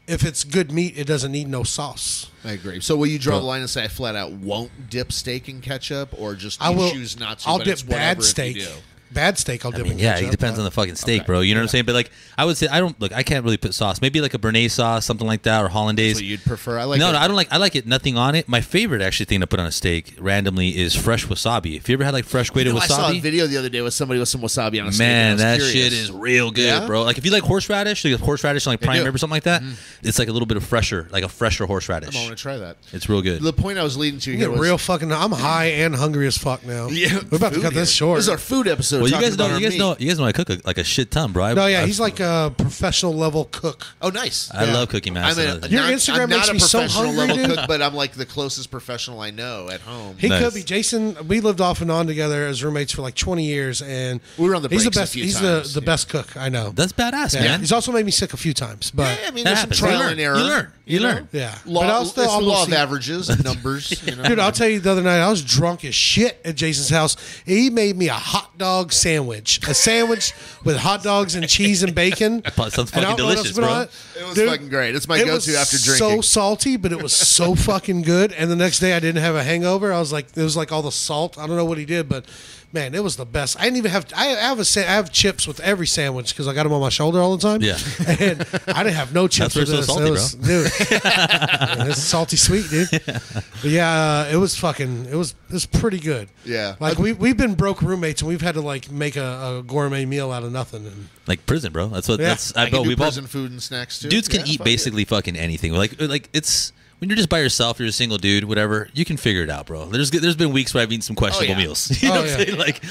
if it's good meat, it doesn't need no sauce. I agree. So will you draw the line and say I flat out won't dip steak in ketchup, or just I you will. choose not to? I'll but dip it's whatever bad if you steak. do? Bad steak. I'll dip. in yeah, ketchup, it depends on the fucking steak, bro. You know what I'm saying? But like, I would say I don't look. I can't really put sauce. Maybe like a béarnaise sauce, something like that, or hollandaise. What you'd prefer? I like. no, a- no, I don't like. I like it. Nothing on it. My favorite actually thing to put on a steak randomly is fresh wasabi. If you ever had like fresh grated You know, I saw a wasabi, video the other day with somebody with some wasabi on a steak. man, and I that was shit curious. is real good, Yeah? bro. Like if you like horseradish, like horseradish and like prime do. Mm-hmm. rib or something like that, it's like a little bit of fresher, like a fresher I want to horseradish. try that. It's real good. The point I was leading to You here get was real fucking. I'm Mm. high and hungry as fuck now. Yeah, we're about to food cut this here. short. This is our food episode. Well, you talking guys know, about you our guys meat. know, you guys know I cook a, like a shit ton, bro. I, no, yeah, I- he's like a professional level cook. Oh, nice. I love cooking, man. That's I'm another a, thing. Your not- Instagram I'm not makes a me so professional hungry, level dude. cook, but I'm like the closest professional I know at home. He Nice. could be. Jason, we lived off and on together as roommates for like 20 years, and We were on the He's the breaks a best. few he's times, the, the yeah. best cook I know. that's badass, yeah. man. He's also made me sick a few times, but yeah, I mean, That there's happens. some You trial learn. and error. You learn. You learn. yeah. Law, but I it's the law almost of eat- averages and numbers. You know? Dude, I'll tell you the other night, I was drunk as shit at Jason's house. He made me a hot dog sandwich, a sandwich with hot dogs and cheese and bacon. Sounds And fucking I don't know what delicious, else, but bro. I- It was dude, fucking great. It's my it go-to was after So drinking. salty, but it was so fucking good. And the next day, I didn't have a hangover. I was like, it was like all the salt. I don't know what he did, but man, it was the best. I didn't even have. I I have a. sa- I have chips with every sandwich because I got them on my shoulder all the time. Yeah. and I didn't have no chips why with it's so this. salty, it was, Dude, Yeah, it's salty sweet, dude. But yeah, uh, it was fucking. It was it was pretty good. Yeah. like we we've been broke roommates and we've had to like make a, a gourmet meal out of nothing. And Like prison, bro. That's what. Yeah. That's. I I, can bet do we've all prison food and snacks too. dudes can Yeah, eat fuck basically fucking anything. Like like it's when you're just by yourself, you're a single dude, whatever. You can figure it out, bro. There's there's been weeks where I've eaten some questionable yeah. meals. You know Oh, what yeah. I'm saying? Like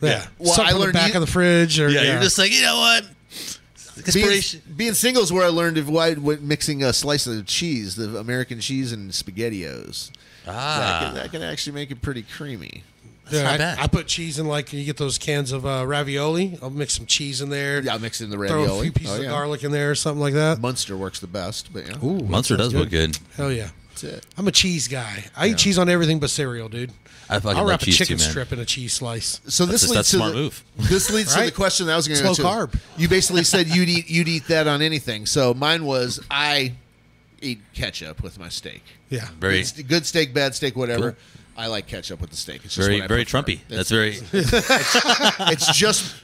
yeah, Well, I something on the learned back you- of the fridge or yeah, you're just like you know what. it. Being, Inspiration. being single is where I learned if why when mixing a slice of cheese, the American cheese and SpaghettiOs. That, Ah, can, that can actually make it pretty creamy. Dude, not I, bad. I put cheese in like you get those cans of uh, ravioli. I'll mix some cheese in there. Yeah, I'll mix it in the throw ravioli. a few pieces oh, yeah. of garlic in there or something like that. Munster works the best, but yeah, Ooh, Munster sounds does look good. Hell yeah. that's it. I'm a cheese guy. I eat cheese on everything but cereal, dude. I fucking I'll love wrap cheese a chicken too, man. strip in a cheese slice. So That's just- this leads that's to smart the, move. This leads to the Right? question that I was going to It's go low to. carb. You basically said you'd eat you'd eat that on anything. So mine was I eat ketchup with my steak. Yeah. Very It's good steak, bad steak, whatever. Cool. I like ketchup with the steak. It's just very what I very prefer. Trumpy. That's It's- very It's just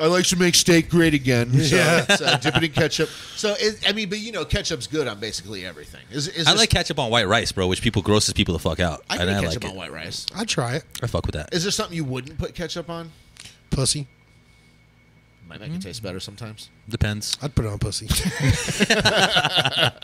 I like to make steak great again. So Yeah. it's, uh, dip it in ketchup. So it, I mean, but you know, ketchup's good on basically everything. Is, is I like ketchup on white rice, bro, which people grosses people the fuck out. I and can eat I ketchup like on it. white rice. I'd try it. I fuck with that. Is there something you wouldn't put ketchup on? Pussy. Might Mm-hmm. make it taste better sometimes. Depends. I'd put it on pussy.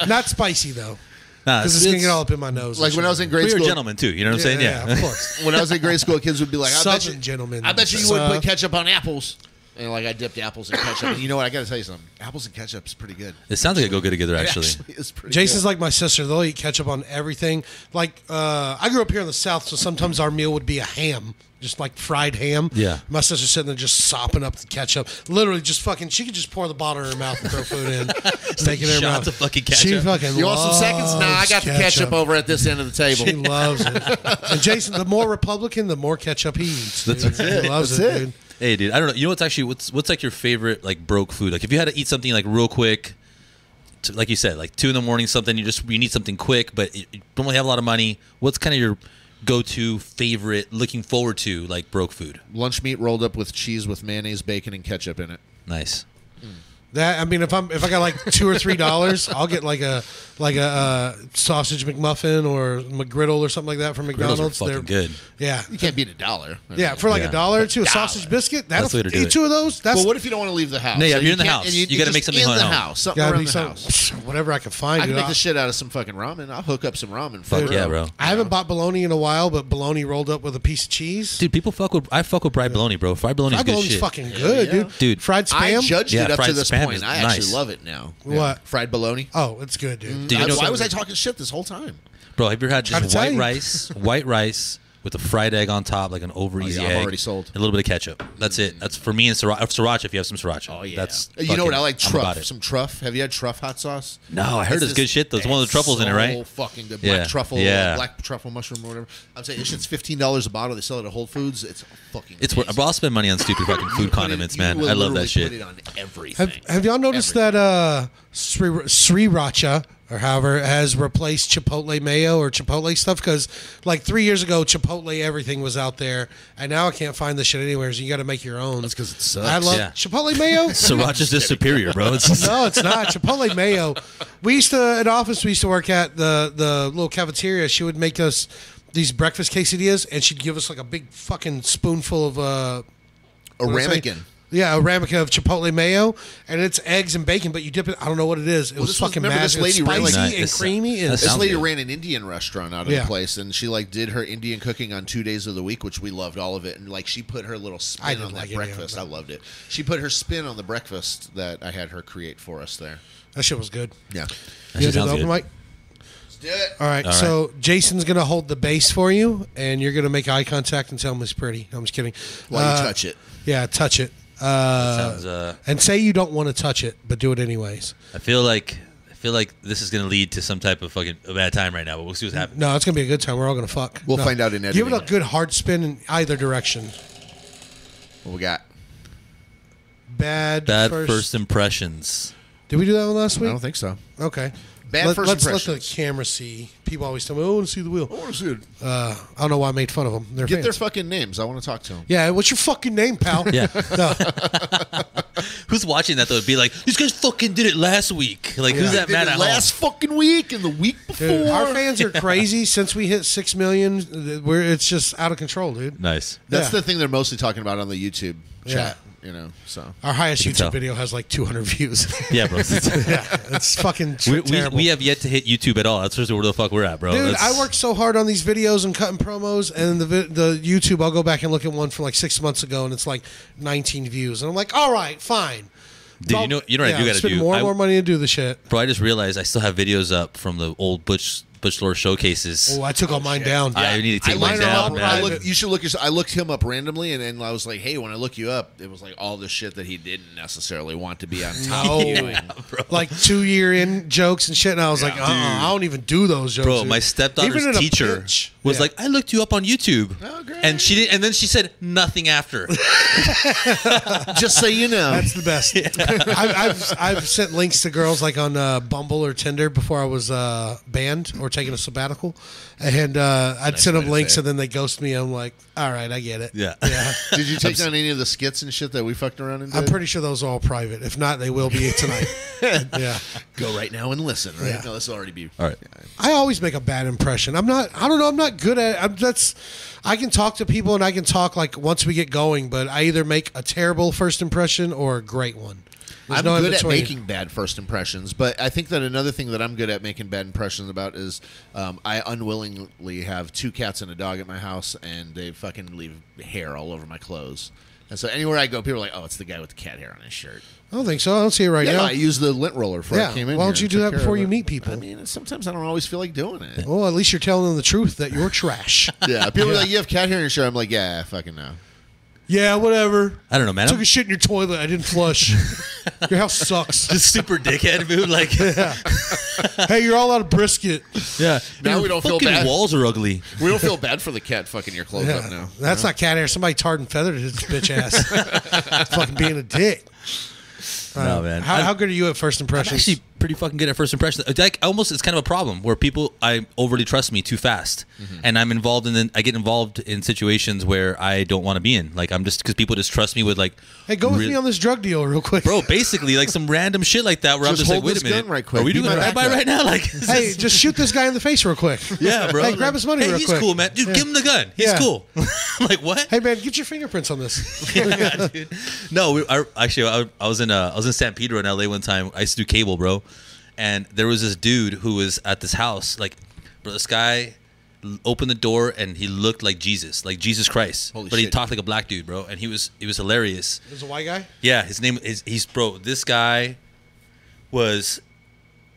Not spicy though, Nah, because it's, gonna get all up in my nose. and Uh, Like when shit. I was in grade We were school, gentlemen too. You know what I'm saying? yeah, of course. when I was in grade school, kids would be like, I bet you, Southern gentlemen. I bet you, you Sir. wouldn't put ketchup on apples. And like I dipped apples in ketchup. And you know what? I got to tell you something. Apples and ketchup's pretty good. It sounds like a go get together It actually. is pretty. Jason's like my sister. They'll eat ketchup on everything. Like uh, I grew up here in the South, so sometimes our meal would be a ham, just like fried ham. Yeah. My sister's sitting there just sopping up the ketchup. Literally, just fucking. She could just pour the bottle in her mouth and throw food in, take it in her shots mouth. of fucking She ketchup. fucking. good. You want some seconds? Nah, I loves got the ketchup over at this end of the He table. loves it. And Jason, the more Republican, the more ketchup he eats. Dude. That's it. He loves That's it, it. dude. Hey, dude, I don't know. You know what's actually what's what's like your favorite like broke food? Like if you had to eat something like real quick, t like you said, like two in the morning, something you just you need something quick, but you you don't really have a lot of money. What's kind of your go-to favorite, looking forward to like broke food? Lunch meat rolled up with cheese with mayonnaise, bacon, and ketchup in it. Nice. That I mean, if I'm if I got like two or three dollars, I'll get like a like a uh, sausage McMuffin or McGriddle or something like that from Those are McDonald's. fucking good. Yeah, You can't beat a dollar. I yeah, mean, for like Yeah. a dollar or two, a dollar. sausage biscuit. That'll That's the way to do eat it. two of those. That's But what if you don't want to leave the house? No, yeah, if you're in the can't- house, and you gotta just make something in at the home. house. Something gotta around be the some- house. whatever I can find. I can dude. make I- the shit out of some fucking ramen. I'll hook up some ramen. For Fuck her. yeah, bro. I haven't bought bologna in a while, but bologna rolled up with a piece of cheese. Dude, people fuck with I fuck with fried bologna, bro. Fried bologna's fried good bologna's shit. fucking good, yeah. dude. Dude, fried I spam. judged Yeah, it up to fried this spam point. is I actually nice. love it now. What? fried bologna? oh, it's good, dude. Dude, you I- know- why was I talking shit this whole time? Bro, have you ever had just I'm telling white you. rice, white rice with a fried egg on top, like an over easy Oh, yeah, I'm egg? already sold. and A little bit of ketchup. That's it. That's for me and sriracha. Sriracha, if you have some sriracha. Oh That's Uh, you know what I fucking- like? I'm about Truff. it. Some truff. Have you had truff hot sauce? No, I heard it's this- good shit, though. It's one of the truffles in it, so right? Fucking good. Yeah. Black truffle, uh, Yeah. black truffle mushroom, or whatever. I'm saying this shit's fifteen dollars a bottle. They sell it at Whole Foods. It's fucking. It's worth. amazing. Bro, I'll spend money on stupid fucking You food put it- condiments, you man. will I love literally that shit. Put it on everything. Have, have y'all noticed Everything. that uh, Sri, Sri Racha or however has replaced Chipotle mayo or Chipotle stuff? Because like three years ago, Chipotle everything was out there, and now I can't find this shit anywhere. So you got to make your own. That's 'cause it sucks. I love Yeah. Chipotle mayo. Sriracha's just superior, bro. It's just- No, it's not Chipotle mayo. We used to at office. We used to work at the the little cafeteria. She would make us these breakfast quesadillas, and she'd give us like a big fucking spoonful of uh, a what did I say? ramekin. Yeah, a ramekin of Chipotle mayo, and it's eggs and bacon, but you dip it. I don't know what it is. It was, this was- fucking remember this magic. It's lady ran, spicy like- and Nice. creamy. And, That's- This Sounds lady good. ran an Indian restaurant out of Yeah. the place, and she like did her Indian cooking on two days of the week, which we loved all of it. And like she put her little I spin didn't on like that Indian, breakfast. but- I loved it. She put her spin on the breakfast that I had her create for us there. that shit was good. Yeah, That You shit gonna do the sounds open good. mic? let's do it. All right, All right. so Jason's gonna hold the base for you, and you're gonna make eye contact and tell him it's pretty. I'm just kidding. While Uh, you touch it, Yeah, touch it. Uh, Sounds, uh, and say you don't want to touch it, but do it anyways. I feel like I feel like this is gonna lead to some type of fucking a bad time right now, but we'll see what happens. No, it's gonna be a good time. We're all gonna fuck. We'll No. find out in Give it a editing. good hard spin in either direction. what we got? Bad. Bad first. first, impressions. Did we do that one last week? think so. Okay. Bad first let's let impressions. the camera see. People always tell me, "Oh, I want to see the wheel." Get Uh, I don't know why I made fun of them. They're their fans. fucking names. I want to talk to them. yeah. What's your fucking name, pal? Yeah. No, Who's watching that though? It'd be like, these guys fucking did it last week. Like, who's that Did mad it at last fucking week and the week before. dude, our fans are crazy. Since we hit six million, th- we're it's just out of control, dude. home? Nice. That's Yeah. the thing they're mostly talking about on the YouTube Yeah. chat. You know, so Our highest can tell. YouTube video has like 200 views. Yeah, bro. yeah, it's fucking we, we, terrible. we have yet to hit YouTube at all. That's just where the fuck we're at, bro. Dude, That's- I worked so hard on these videos and cutting promos, and the vi- the YouTube. I'll go back and look at one from like six months ago, and it's like 19 views, and I'm like, all right, fine. Dude, you know, you know what yeah, I do I gotta spend do. more and I- more money to do the shit. Bro, I just realized I still have videos up from the old Butch Butch Lore showcases. Oh, I took all mine down. I need to I take looked mine him down, up. I man. looked, you should look. his- I looked him up randomly, and then I was like, "Hey, when I look you up, it was like all this shit that he didn't necessarily want to be on top." Oh, of doing. like two year in jokes and shit. And I was like, uh, I don't even do those jokes. Bro, dude. my Even in stepdaughter's a teacher pinch. was Yeah. like, "I looked you up on YouTube," Oh, great. and she did, and then she said nothing after. Just so you know, That's the best. I've, I've, I've sent links to girls like on uh, Bumble or Tinder before I was uh, banned or taking a sabbatical, and uh, I'd send them to links say it. and then they ghost me. I'm like, all right, I get it. Yeah. did you take down any of the skits and shit that we fucked around and did? I'm pretty sure those are all private. If not, they will be tonight. yeah, Go right now and listen. Right? Yeah. No, this will already be. All right. I always make a bad impression. I'm not. I don't know. I'm not good at. I'm, that's. I can talk to people and I can talk like once we get going, but I either make a terrible first impression or a great one. There's I'm no in good at between. making bad first impressions, but I think that another thing that I'm good at making bad impressions about is um, I unwillingly have two cats and a dog at my house, and they fucking leave hair all over my clothes. And so anywhere I go, people are like, "Oh, it's the guy with the cat hair on his shirt." I don't think so. I don't see it right Yeah, now. I used the lint roller before Yeah, I came in. why don't here you and do took that care before of you it. meet people? I mean, sometimes I don't always feel like doing it. Well, at least you're telling them the truth that you're trash. yeah, people are like, "You have cat hair on your shirt." I'm like, "Yeah, fucking no." yeah, whatever. I don't know, man. Took I'm a shit in your toilet. I didn't flush. your house sucks. just super dickhead mood. Like, yeah. hey, you're all out of brisket. Now we don't feel fucking bad. walls are ugly. We don't feel bad for the cat fucking your clothes Yeah, up now. that's not cat hair. Somebody tarred and feathered his bitch ass. Fucking being a dick. No, man. How, I'm- Oh, how good are you at first I'm impressions? actually pretty fucking good at first impression. Like almost, it's kind of a problem where people I overly trust me too fast, Mm-hmm. and I'm involved in. The, I get involved in situations where I don't want to be in. Like I'm just because people just trust me with like. Hey, go with real- me on this drug deal real quick, Bro, basically, like some random shit like that, where Just I'm just like, hold wait this a minute, gun right quick. are we Be doing my a rabbi backup." right now? Like, is Hey, this- just shoot this guy in the face real quick. yeah, bro. Hey, grab his money Hey, real he's quick. cool, man. Dude, give him the gun. He's Yeah. cool. I'm like, what? Hey man, get your fingerprints on this. Yeah, dude. No, we, I, actually, I, I was in uh, I was in San Pedro in LA one time. I used to do cable, bro, and there was this dude who was at this house. Like, bro, this guy l- opened the door and he looked like Jesus, like Jesus Christ, Holy but he shit. talked like a black dude, bro, and he was he was hilarious. There's a white guy. Yeah, his name is he's bro. This guy was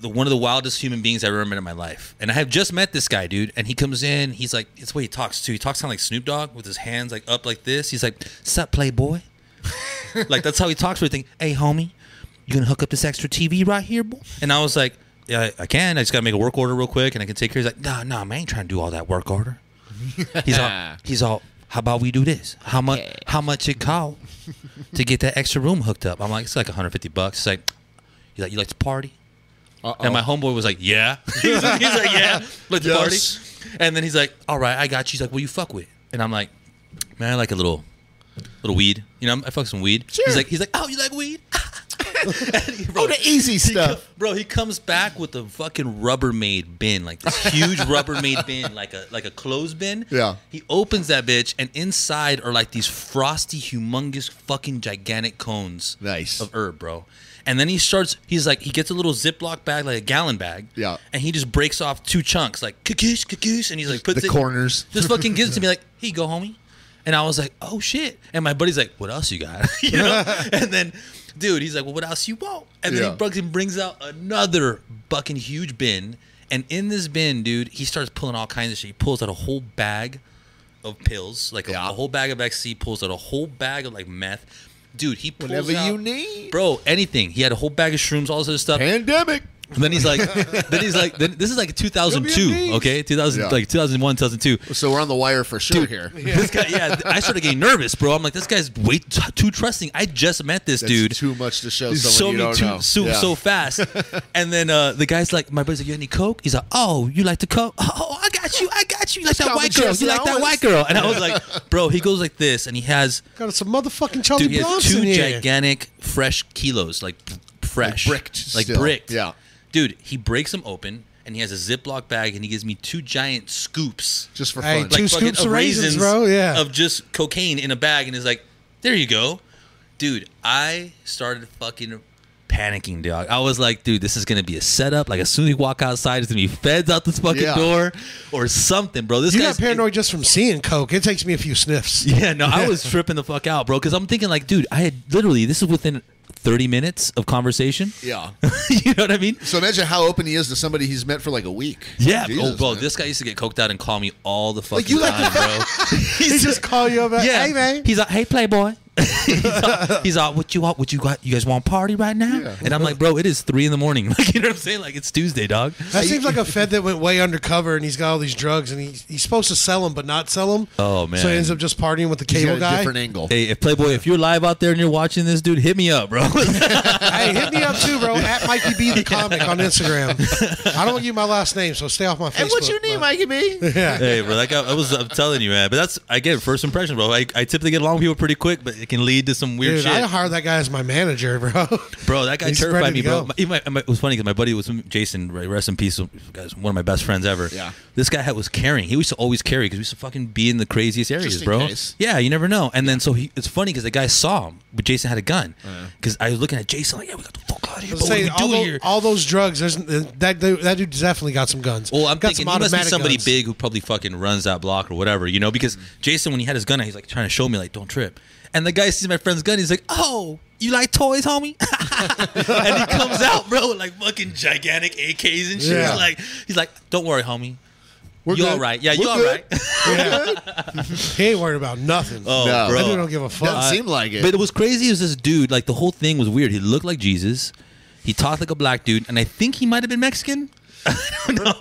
the one of the wildest human beings I have ever met in my life, and I have just met this guy, dude. And he comes in, he's like, it's the way he talks too. He talks kind of like Snoop Dogg with his hands like up like this. He's like, "Sup, playboy." like that's how he talks. Everything. Hey, homie, you gonna hook up this extra TV right here? Boy? And I was like, yeah, I can. I just gotta make a work order real quick, and I can take care. He's like, nah, nah, man, I ain't trying to do all that work order. He's all, he's all. How about we do this? How much? How much it cost to get that extra room hooked up? I'm like, it's like 150 bucks. It's like, he's like, you like to party? And my homeboy was like, yeah. he's, like, he's like, yeah, like to Yes. party. And then he's like, all right, I got you. He's like, well, you fuck with? And I'm like, man, I like a little, little weed. You know, I fuck some weed. He's like, he's like, oh, you like weed? And he- bro, Oh, the easy stuff. Bro, he comes back with a fucking Rubbermaid bin, like this huge Rubbermaid bin, like a like a clothes bin. Yeah. He opens that bitch, and inside are like these frosty, humongous, fucking gigantic cones. Nice. of herb, bro. And then he starts. He's like, he gets a little Ziploc bag, like a gallon bag. Yeah. And he just breaks off two chunks, like kakoos, kakoos, and he's like, puts The it- corners. Just fucking gives it to me, like, here you go, homie. And I was like, oh shit. And my buddy's like, what else you got? you know. and then, dude, he's like, well, what else you want? And then Yeah. he fucking brings out another fucking huge bin. And in this bin, dude, he starts pulling all kinds of shit. He pulls out a whole bag of pills, like a- Yeah. a, whole bag of XC. Pulls out a whole bag of like meth. Dude, he pulls Whatever out- you need. bro. Anything. He had a whole bag of shrooms, all this other stuff. Pandemic. And then he's like, then he's like, then this is like 2002, You'll be okay, 2000, Yeah. like 2001, 2002. So we're on the wire for sure here. This guy, yeah, th- I started getting nervous, bro. I'm like, this guy's way t- too trusting. I just met this That's dude. too much to show He's someone so you me don't too- know. so Yeah. so fast. and then uh, the guy's like, my buddy's like, you got any coke? He's like, oh, you like the coke? Oh, I got you, I got you. You like that call me white girl? Jesse You like that Owens. white girl? And I was like, bro, he goes like this, and he has Got some motherfucking Oh, Charlie dude, he has two Bronson here. gigantic fresh kilos, like p- fresh, Like bricked like still. bricked. Yeah. dude, he breaks them open, and he has a Ziploc bag, and he gives me two giant scoops, Just for Hey, fun. Two like fucking scoops of raisins, bro, yeah. of just cocaine in a bag, and is like, there you go, dude. I started fucking. Panicking, dog. I was like, dude, this is gonna be a setup. Like, as soon as you walk outside, it's gonna be feds out this fucking Yeah. door or something, bro. This You guy's got paranoid just from seeing coke. It takes me a few sniffs. yeah, no, I was tripping the fuck out, bro, because I'm thinking like, dude, I had literally this is within 30 minutes of conversation. yeah. you know what I mean? So imagine how open he is to somebody he's met for like a week. Yeah, Jesus, oh, bro, man. this guy used to get coked out and call me all the fucking Like, you like time, bro. He just call you up. yeah, Hey man. he's like, hey, playboy. he's, all, he's all, what you want? What you got? You guys want a party right now? Yeah. And I'm like, bro, it is three in the morning. Like, you know what I'm saying? Like, it's Tuesday, dog. That seems like a Fed that went way undercover, and he's got all these drugs, and he's, he's supposed to sell them, but not sell them. Oh, man. So he ends up just partying with the He's got cable a guy. different angle. Hey, if Playboy, if you're live out there and you're watching this, dude, hit me up, bro. hey, hit me up too, bro. At Mikey B the comic on Instagram. I don't give my last name, so stay off my Facebook. And what's your name, but- Mikey B? Yeah. hey, bro, like I, I was, I'm telling you, man. But that's I get first impression, bro. I, I typically get along with people pretty quick, but it can lead to some weird Dude, shit. I hired that guy as my manager, bro. Bro, that guy He's terrified ready me, to bro. go. My, even my, my- it was funny because my buddy was Jason. right, Rest in peace, guys. One of my best friends ever. Yeah. This guy had, was carrying. He used to always carry because we used to fucking be in the craziest areas, in bro. case. Yeah, you never know. And then so he, it's funny because the guy saw him, but Jason had a gun. Because I was looking at Jason like, yeah, we got the fuck out of here. Bro, I was what do saying, we all, do tho- here? all those drugs, there's that dude- that dude definitely got some guns. Well, I'm got thinking he must be automatic somebody guns. big who probably fucking runs that block or whatever, you know? Because Jason, when he had his gun out, he's like trying to show me, like, don't trip. And the guy sees my friend's gun, he's like, oh, you like toys, homie? and he comes out, bro, with like fucking gigantic AKs and shit. Yeah. He's like, he's like, don't worry, homie. We're you good. all right? Yeah, We're you all good. right? He ain't worried about nothing. Oh, No. bro. that dude don't give a fuck. Doesn't seem like it. But it was crazy. It was this dude. Like the whole thing was weird. He looked like Jesus. He talked like a black dude, and I think he might have been Mexican. no,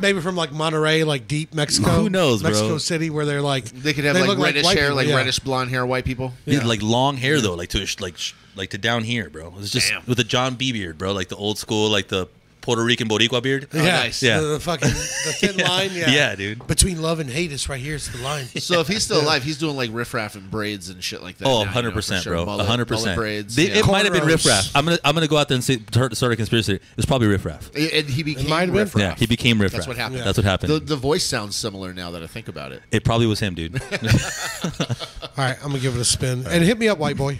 maybe from like Monterey, like deep Mexico. Who knows, bro? Mexico City, where they're like They could have like look reddish white hair, people, like yeah. reddish blonde hair, white people. He had, like long hair though, like to his- like sh- like to down here, bro. It's just Damn. with the John B beard, bro, like the old school, like the Puerto Rican Boricua beard. Yeah, nice. Yeah. The, the fucking the thin line. Yeah. Yeah, dude. Between love and hate is right here. It's the line. So if he's still alive, he's doing like riffraff and braids and shit like that. now, Oh, you know, for 100 percent, sure. bro. Mullet- 100 mullet percent. braids. yeah. It might have been Cornrows. riff raff. I'm gonna I'm gonna go out there and say, start start a conspiracy. It was probably riff raff. And- and he became might have been. riffraff. Yeah, he became riff raff. That's what happened. That's what happened. The, the voice sounds similar now that I think about it. it probably was him, dude. All right, I'm gonna give it a spin and hit me up, white boy.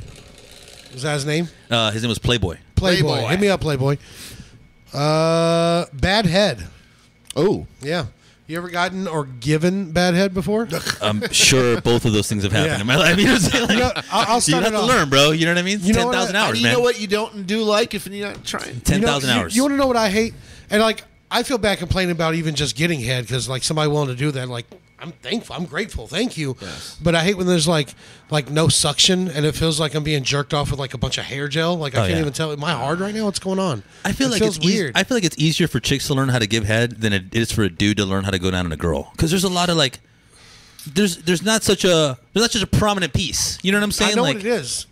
Is that his name? Uh, his name was Playboy. Playboy. Playboy. Hit me up, Playboy. Uh, bad head. Oh, Yeah. You ever gotten or given bad head before? I'm sure both of those things have happened Yeah. in my life. You know, what I'm saying? Like, You know, I'll- I'll you start have it to off. learn, bro. You know what I mean? You know Ten what thousand I- and hours, you man. know what you don't do like if you're not trying. Ten You know- thousand you- hours. You, want to know what I hate? And like, I feel bad complaining about even just getting head because like somebody willing to do that. Like, I'm thankful. I'm grateful. Thank you. But I hate when there's like like no suction and it feels like I'm being jerked off with like a bunch of hair gel. Like I Oh, can't yeah. even tell. Am I hard right now? What's going on? I feel It like feels it's weird. weird. I feel like it's easier for chicks to learn how to give head than it is for a dude to learn how to go down on a girl. Because there's a lot of like, there's there's not such a there's not such a prominent piece. You know what I'm saying? I know like, what it is.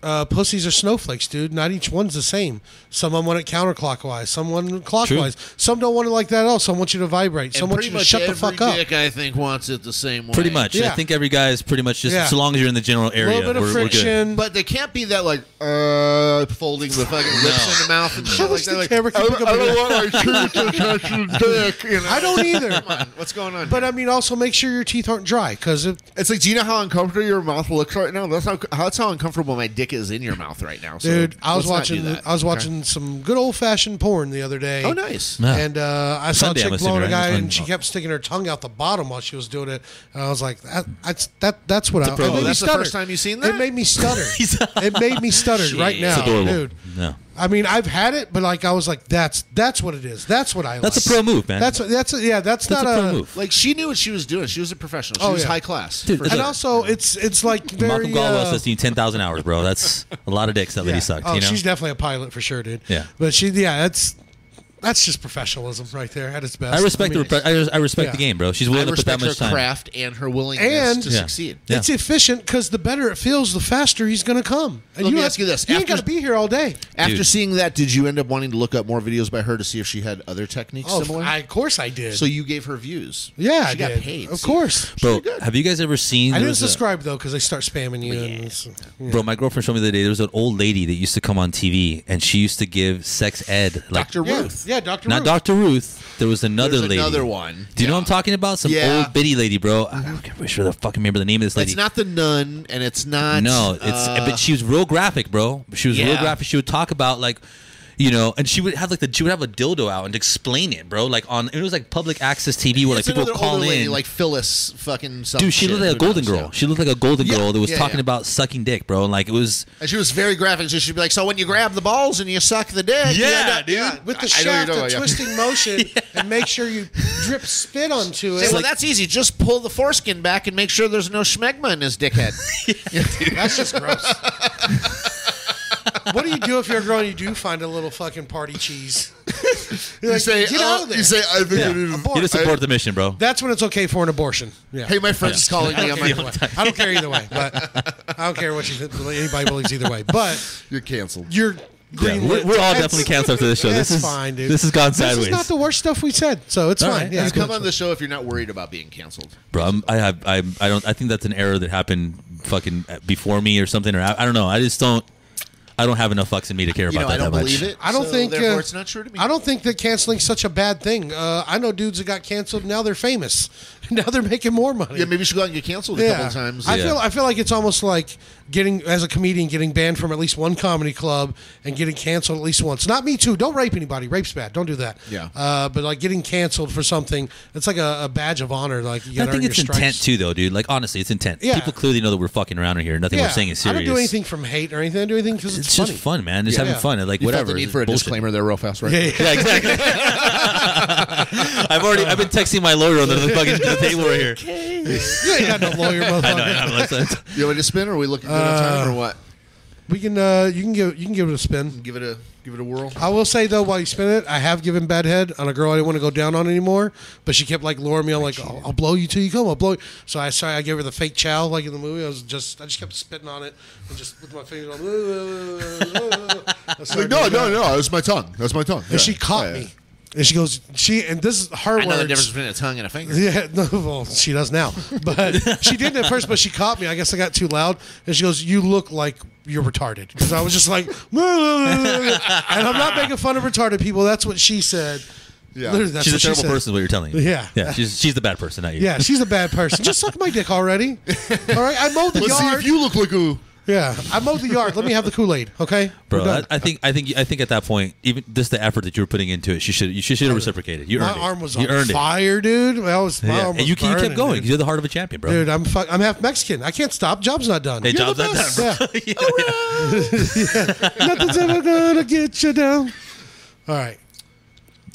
Uh, pussies are snowflakes, dude. Not each one's the same. Someone want it counterclockwise. Someone clockwise. Some don't want it like that at all. Some want you to vibrate. Some And want pretty you to much shut the every fuck up. dick I think wants it the same way. Pretty much. Yeah. I think every guy is pretty much just Yeah. as long as you're in the general A area. little bit of we're- we're good. friction. But they can't be that like uh folding the fucking lips in the mouth and shit like wish that. the Like, camera could I, pick up I on don't want my tooth to touch your dick. You know? I don't either. What's going on? But here? I mean, also make sure your teeth aren't dry because if it's like, do you know how uncomfortable your mouth looks right now? That's how how- that's how uncomfortable my dick is in your mouth right now. So Dude, I was let's not watching. do that. I was Okay. watching some good old fashioned porn the other day. Oh, nice. Yeah. And uh, I saw Sunday, a I'm chick blowing a assuming, right? guy, It's and she on- kept sticking her tongue out the bottom while she was doing it. And I was like, that, "That's that. That's what I." pro- it made Oh, me that's the stutter. first time you've seen It that? made me stutter. it made me stutter right now, It's adorable. dude. No. I mean, I've had it, but like I was like, "That's that's what it is. That's what I." That's a like. pro move, man. That's that's a, yeah. That's, That's not a pro move. Like she knew what she was doing. She was a professional. She Oh, was yeah. high class. Dude, For it's sure. And a- also, it's it's like very. Malcolm Gladwell uh, says to you ten thousand hours, bro. That's a lot of dicks that lady Yeah. sucked. Oh, you know, she's definitely a pilot for sure, dude. Yeah. But she, yeah, that's that's just professionalism right there at its best. I respect mean, the repre- I, res- I respect Yeah. the game, bro. She's I willing to put that respect her much time. craft and her willingness And- to Yeah. succeed. Yeah. It's efficient because the better it feels, the faster he's going to come. And Let me don't- ask you this. You ain't got After- to be here all day. After Dude. seeing that, did you end up wanting to look up more videos by her to see if she had other techniques Oh, similar? I, of course I did. so you gave her views. yeah, she I got did. paid. Of See? course. Bro, have you guys ever seen? I there didn't was a- subscribe though because they start spamming you. And it's- Bro, my girlfriend showed me the other day there was an old lady that used to come on TV and she used to give sex ed like Dr. yeah, Ruth. yeah, Doctor. not Dr. Ruth. There was another There's lady. another one. Do you know Yeah. what I'm talking about? Some Yeah. old bitty lady, bro. I don't I'm sure the fucking remember the name of this lady. It's not the nun, and it's not. no, it's uh, but she was real graphic, bro. She was real Yeah. graphic. She would talk about like you know, and she would have like the she would have a dildo out and explain it, bro. Like on it was like public access TV where like it's people would another call older in. lady, like Phyllis, fucking. Some Dude, she shit, looked like a who golden knows, girl. yeah. She looked like a golden Yeah, girl that was yeah, talking yeah. about sucking dick, bro. And like it was And she was very graphic. So she'd be like, "So when you grab the balls and you suck the dick, you Yeah, end up- dude. With I- I know what the you're shaft, talking a about, yeah. twisting motion, and make sure you drip spit onto Say, it. well, that's easy. Just pull the foreskin back and make sure there's no schmegma in his dickhead. That's just gross. what do you do if you're a girl and you do find a little fucking party cheese? You're like, get uh, out of there. "Oh," I think yeah. You just support the mission, bro. That's when it's okay for an abortion. Yeah. Hey, my friend's calling me on I, don't my. care I don't care either way, but I don't care what you think, anybody believes either way. But You're canceled. you're green. Yeah, we're, we're all definitely canceled after this show. This is That's fine, dude. This has gone This sideways. is not the worst stuff we said, so it's All fine. right, yeah, that's it's Come on the show if you're not worried about being canceled. Bro, I'm, I have I I don't I think that's an error that happened fucking before me or something or I, I don't know. I just don't I don't have enough fucks in me to care You about know, that I don't that much. believe it. I don't so think Therefore, uh, it's not true to me. I don't think that canceling's such a bad thing. Uh, I know dudes that got canceled now they're famous. Now they're making more money. Yeah, maybe you should go out and get canceled a couple times. I Yeah. feel I feel like it's almost like getting as a comedian getting banned from at least one comedy club and getting canceled at least once. Not me too. Don't rape anybody. Rape's bad. Don't do that. Yeah. Uh, but like getting canceled for something, it's like a, a badge of honor. Like you I gotta think earn it's your stripes. intent too, though, dude. Like honestly, it's intent. Yeah. People clearly know that we're fucking around here. Nothing Yeah. we're saying is I serious. don't do anything from hate or anything. I do anything because it's, It's just funny. fun, man. Just Yeah. having fun. and, Like you whatever. felt the need It's for a bullshit. disclaimer there real fast, right? Yeah, Yeah, exactly. I've already I've been texting my lawyer on the other fucking table right here. you ain't got no lawyer, motherfucker. I don't know, it's- Uh, You want me to spin, or are we looking good on time, or what? We can uh, you can give you can give it a spin. Give it a Give it a whirl. I will say though, while you spin it, I have given bad head on a girl I didn't want to go down on anymore, but she kept like luring me on, like I'll, I'll blow you till you come. I'll blow. You. So I sorry, I gave her the fake chow like in the movie. I was just I just kept spitting on it and just with my finger. On, I started doing that. no. That's my tongue. That's my tongue. And she caught me, and she goes, she and this is her I know the words. difference between a tongue and a finger. Yeah, no, well, she does now. But she didn't at first, but she caught me. I guess I got too loud. And she goes, You look like you're retarded. Because I was just like, And I'm not making fun of retarded people. That's what she said. Yeah. Literally, that's she's a what she terrible said. person. Is what you're telling me? Yeah. yeah. She's she's the bad person, not you. Yeah, she's a bad person. Just suck my dick already. All right, I mowed the Let's see yard. if you look like a. yeah, I mowed the yard. Let me have the Kool Aid, okay? Bro, We're done. I, I think I think I think at that point, even just the effort that you were putting into it, she should you should have reciprocated. You my earned it. arm was you on earned fire, dude. I was, it. my Yeah. arm And you, was you burning, kept going. dude. You're the heart of a champion, bro. Dude, I'm fu- I'm half Mexican. I can't stop. Job's not done. Hey, You're job's the not best. done, Yeah. Yeah. Nothing's ever gonna get you down. All right.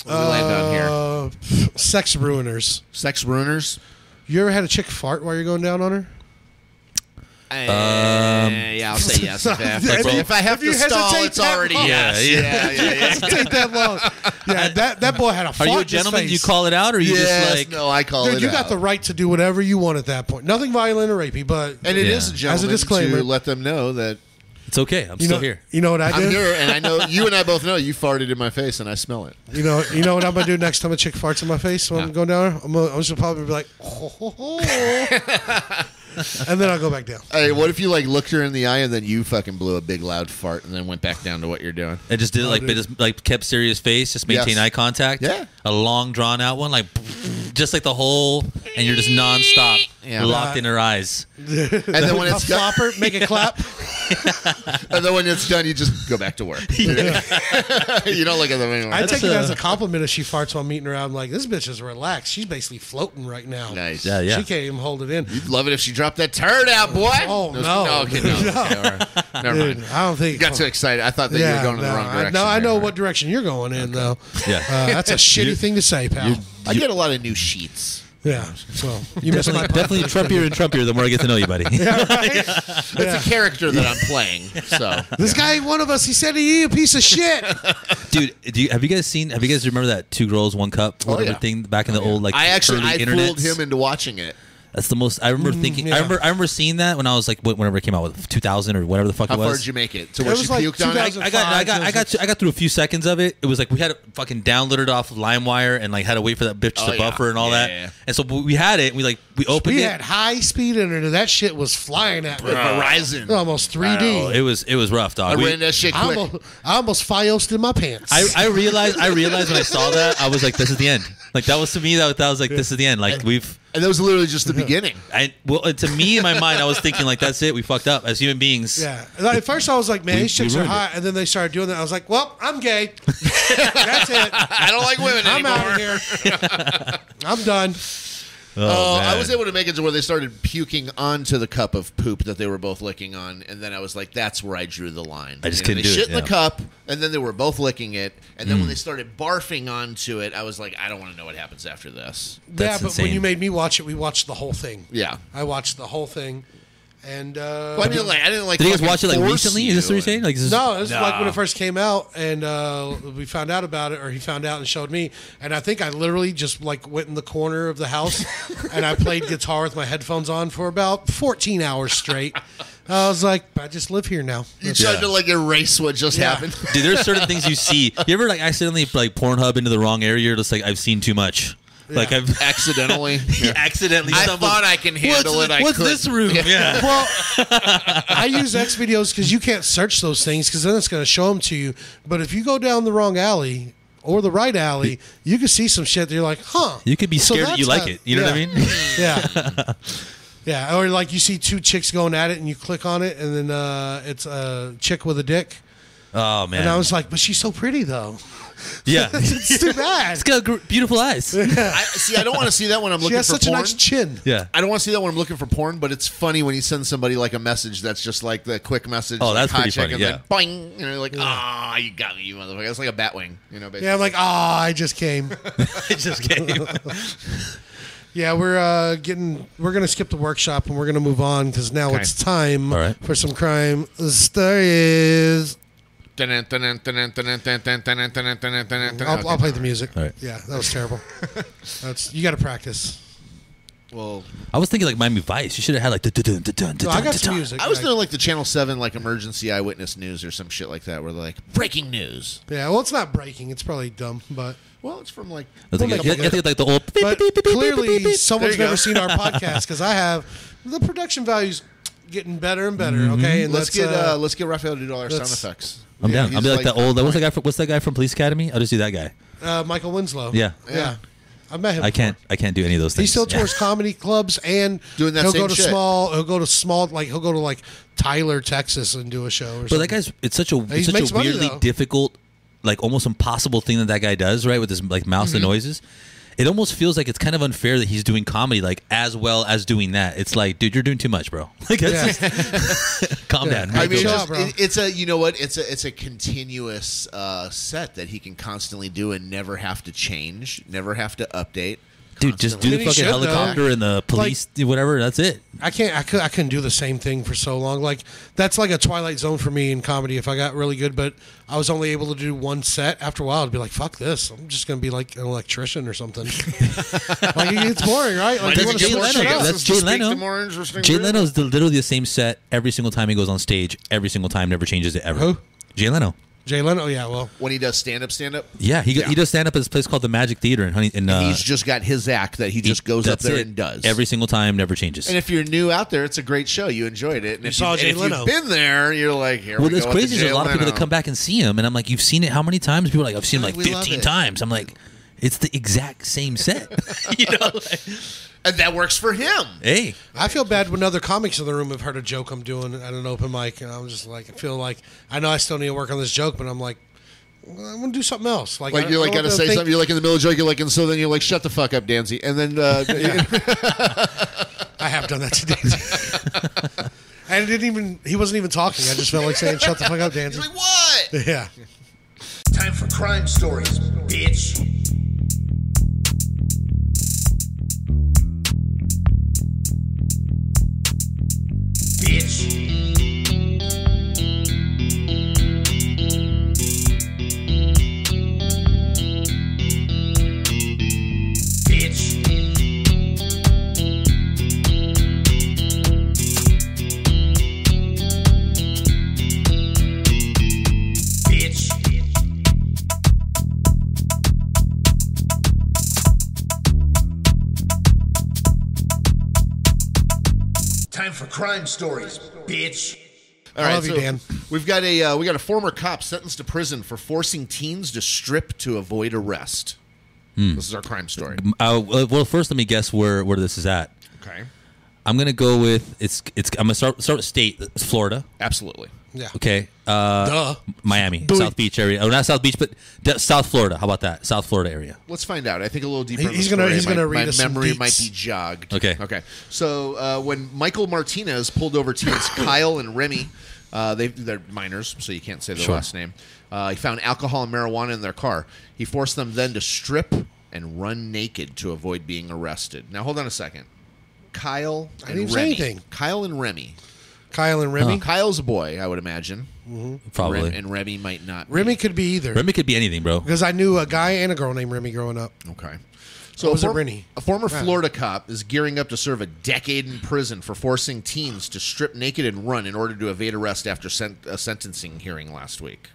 Where do we land down here? Uh, pff, sex ruiners. Sex ruiners. You ever had a chick fart while you're going down on her? Uh, yeah, I'll say yes. If I have to, If you- if I have if you to stall, hesitate it's that already long. Yeah, yes. Yeah, yeah, yeah. Take that long. Yeah, that, that boy had a Are fart. you a in his gentleman? face. Do you call it out, or are you Yes, just like no, I call Dude, it. you got out. the right to do whatever you want at that point. Nothing violent or rapey, but and it is Yeah. a As a gentleman disclaimer. to let them know that it's okay? I'm you still know, here. You know what I I'm did? here, and I know you and I both know you farted in my face, and I smell it. You know, you know what I'm gonna do next time a chick farts in my face when I'm going down. I'm, gonna, I'm just gonna probably be like, "Oh, "Ho, ho, ho." and then I'll go back down. Hey, what if you like looked her in the eye and then you fucking blew a big loud fart and then went back down to what you're doing? I just did it like dude. just like kept serious face, just maintain Yes. eye contact. Yeah. a long drawn out one, like just like the whole, and you're just nonstop Yeah. locked in her eyes. And then when A it's done, flopper, make a clap. and then when it's done, you just go back to work. you don't look at them anymore. I take it uh, as a compliment if she farts while I'm eating her out. I'm like, this bitch is relaxed. She's basically floating right now. nice. Yeah, yeah. She can't even hold it in. Love it if she dropped that turd out, boy. Oh, No, no. no, okay, no, No. okay, all right. Never Dude, mind. I don't think. You got too excited. I thought that you were going in the no, wrong I- direction. No, I there, know right? what direction you're going in, though. Yeah. Uh, that's a shitty thing to say, pal. I get a lot of new sheets. Yeah. So you missed my Definitely, definitely Trumpier and Trumpier the more I get to know you, buddy. It's a character that I'm playing. So This guy, one of us, he said he a piece of shit. Dude, do you, have you guys seen? Have you guys remember that two girls, one cup, whatever yeah. thing back in the old like I actually early I internets? fooled him into watching it. That's the most I remember thinking. yeah. I remember I remember seeing that when I was like wh- whenever it came out with 2000 or whatever the fuck How it far was. did you make it? To where It she was like puked on it? 2000 I got, I got, I Five, got, I got through a few seconds of it. It was like we had it fucking downloaded off of LimeWire and like had to wait for that bitch Oh, to yeah. buffer and all Yeah, that. yeah, yeah. And so we had it. And we like we opened We it. had high speed internet. That shit was flying at me. Verizon. Almost Oh, 3D. it was it was rough, I dog. We- ran that shit I quick. almost, I almost fiosed in my pants. I, I realized I realized when I saw that I was like, this is the end. Like that was to me that, that was like this is the end. Like we've. and that was literally just the beginning. I, well, to me in my mind, I was thinking like, "That's it. We fucked up as human beings." yeah. Like, at first, I was like, man, We- these chicks we are ruined hot. And then they started doing that. I was like, well, I'm gay. That's it. I don't like women I'm anymore. out of here. I'm done. Oh, I man. was able to make it to where they started puking onto the cup of poop that they were both licking on, and then I was like, "That's where I drew the line." I just You couldn't know, they do it, shit in the yeah. Mm. cup, and then they were both licking it, and then when they started barfing onto it, I was like, "I don't want to know what happens after this." yeah, That's but when insane. you made me watch it, we watched the whole thing. Yeah, I watched the whole thing. And uh, Well, I didn't like. I didn't like. Did you guys fucking watch it like force recently? Is this what you. you're saying? Like, is this, No, this is like when it first came out, and uh, we found out about it, or he found out and showed me. And I think I literally just like went in the corner of the house, and I played guitar with my headphones on for about 14 hours straight. I was like, I just live here now. You tried Yeah. to like erase what just Yeah. happened. Dude, there's certain things you see. You ever like accidentally like Pornhub into the wrong area? You're just like, I've seen too much. Like I've Accidentally, accidentally. I stumbled- thought I can handle what's, it. I what's couldn't. this room? Yeah. Well, I use X videos because you can't search those things because then it's going to show them to you. But if you go down the wrong alley or the right alley, you can see some shit that you're like, huh. You could be So scared that you that's like how- it. You know what I yeah. mean? yeah. Yeah, or like you see two chicks going at it, and you click on it, and then uh, it's a chick with a dick, Oh man. and I was like, "But she's so pretty, though. yeah. It's It's too bad. got gr- beautiful eyes. I, see, I don't want to see that when I'm she looking has for such porn. a nice chin." Yeah. I don't want to see that when I'm looking for porn, but it's funny when you send somebody like a message that's just like the quick message. Oh, like, that's "Hi, pretty funny, chick," and yeah. then boing, you know, like ah, you got me, you motherfucker. It's like a bat wing, you know. Basically. Yeah, I'm like, "Ah, I just came." I just came. yeah, we're uh, getting, we're gonna skip the workshop, and we're gonna move on because now it's time All right. for some crime stories. I'll, I'll play the music. All right. Yeah, that was terrible. That's you got to practice. Well, I was thinking like Miami Vice. You should have had like. dun-dun, dun-dun, No, I dun-dun, got some dun-dun. music. I was like- doing like the Channel Seven like emergency eyewitness news or some shit like that, where they're like breaking news. Yeah, well, it's not breaking. It's probably dumb, but Well, it's from like I think, We'll make I think like the old. but clearly There someone's you go. never seen our podcast because I have the production values getting better and better. Mm-hmm. Okay, and let's get that's, uh, uh, let's get Raphael to do all our sound let's- effects. I'm Yeah, down. he's I'll be like, that old. What's that guy? From, what's that guy from Police Academy? I'll just do that guy. uh, Michael Winslow. Yeah. yeah, I met him. I can't. I can't do any of those things. He still Yeah. tours comedy clubs and Doing that he'll same go to shit. small. He'll go to small. Like he'll go to like Tyler, Texas, and do a show. Or But something. that guy's it's such a it's such makes a money, weirdly though. difficult, like almost impossible thing that that guy does, right? With his like mouse Mm-hmm. and noises, it almost feels like it's kind of unfair that he's doing comedy like as well as doing that. It's like, dude, you're doing too much, bro. Like, that's just, calm Yeah. down. man. I mean, Good it's, job, just- bro. it- it's a you know what? It's a it's a continuous uh, set that he can constantly do and never have to change, never have to update. dude, just do the constantly. Then he fucking should, though. helicopter and the police, whatever. That's it. I can't. I, could, I couldn't do the same thing for so long. Like that's like a twilight zone for me in comedy. If I got really good, but I was only able to do one set. After a while, I'd be like, "Fuck this! I'm just gonna be like an electrician or something." like it gets boring, right? Like That's you wanna Jay switch it Leno. up. That's Jay Leno. Jay Leno's the, literally the same set every single time he goes on stage. Every single time, never changes it ever. Who? Jay Leno. Jay Leno. Yeah, well, When he does stand up, stand up, Yeah, he, go- Yeah. he does stand up at this place called the Magic Theater in Honey. In, uh, he's just got his act that he he- just goes up that's there it. and does every single time, never changes. And if you're new out there, it's a great show. You enjoyed it. And if, saw you, Jay and if Leno. you've been there, you're like, here Well, we it's go with crazy. the uh, There's Jay a lot of people Leno. that come back and see him, and I'm like, "You've seen it how many times?" People are like, "I've seen him like We love 15 it. times." I'm like, "It's the exact same set." you know? Like, and that works for him. hey, I feel bad when other comics in the room have heard a joke I'm doing at an open mic, and I'm just like, I feel like I know I still need to work on this joke, but I'm like, well, I'm gonna do something else. Like, Like I- you're I like don't gotta wanna say think- something. You're like in the middle of joke. You're like, and so then you're like, shut the fuck up, Danzy. And then uh, I have done that today. I didn't even. He wasn't even talking. I just felt like saying, "Shut the fuck up, Danzy." you're like, what? Yeah. Time for crime stories, bitch. Bitch. Bitch. Bitch. Time for crime stories, bitch. All I right, love you, Dan. We've got a uh, we got a former cop sentenced to prison for forcing teens to strip to avoid arrest. Hmm. This is our crime story. uh, well, first let me guess where where this is at. Okay, I'm gonna go with it's it's. I'm gonna start start with state. It's Florida. absolutely. Yeah. Okay. Uh, Duh. Miami, South Beach area. Oh, not South Beach, but de- South Florida. How about that? South Florida area. Let's find out. I think a little deeper. He- in the he's gonna- story, he's my, gonna read my us some memory deets. might be jogged. Okay. Okay. So uh, when Michael Martinez pulled over teens Kyle and Remy, uh, they they're minors, so you can't say their Sure. last name. Uh, he found alcohol and marijuana in their car. He forced them then to strip and run naked to avoid being arrested. Now hold on a second. Kyle and didn't say Remy. anything. Kyle and Remy. Kyle and Remy. uh, Kyle's a boy, I would imagine. Probably. Rem- Remy, and Remy might not. be. Remy could be either could be anything, bro. because I knew a guy and a girl named Remy growing up. Okay. So was a, it, Rennie? a former Yeah. Florida cop is gearing up to serve a decade in prison for forcing teens to strip naked and run in order to evade arrest after sen- a sentencing hearing last week.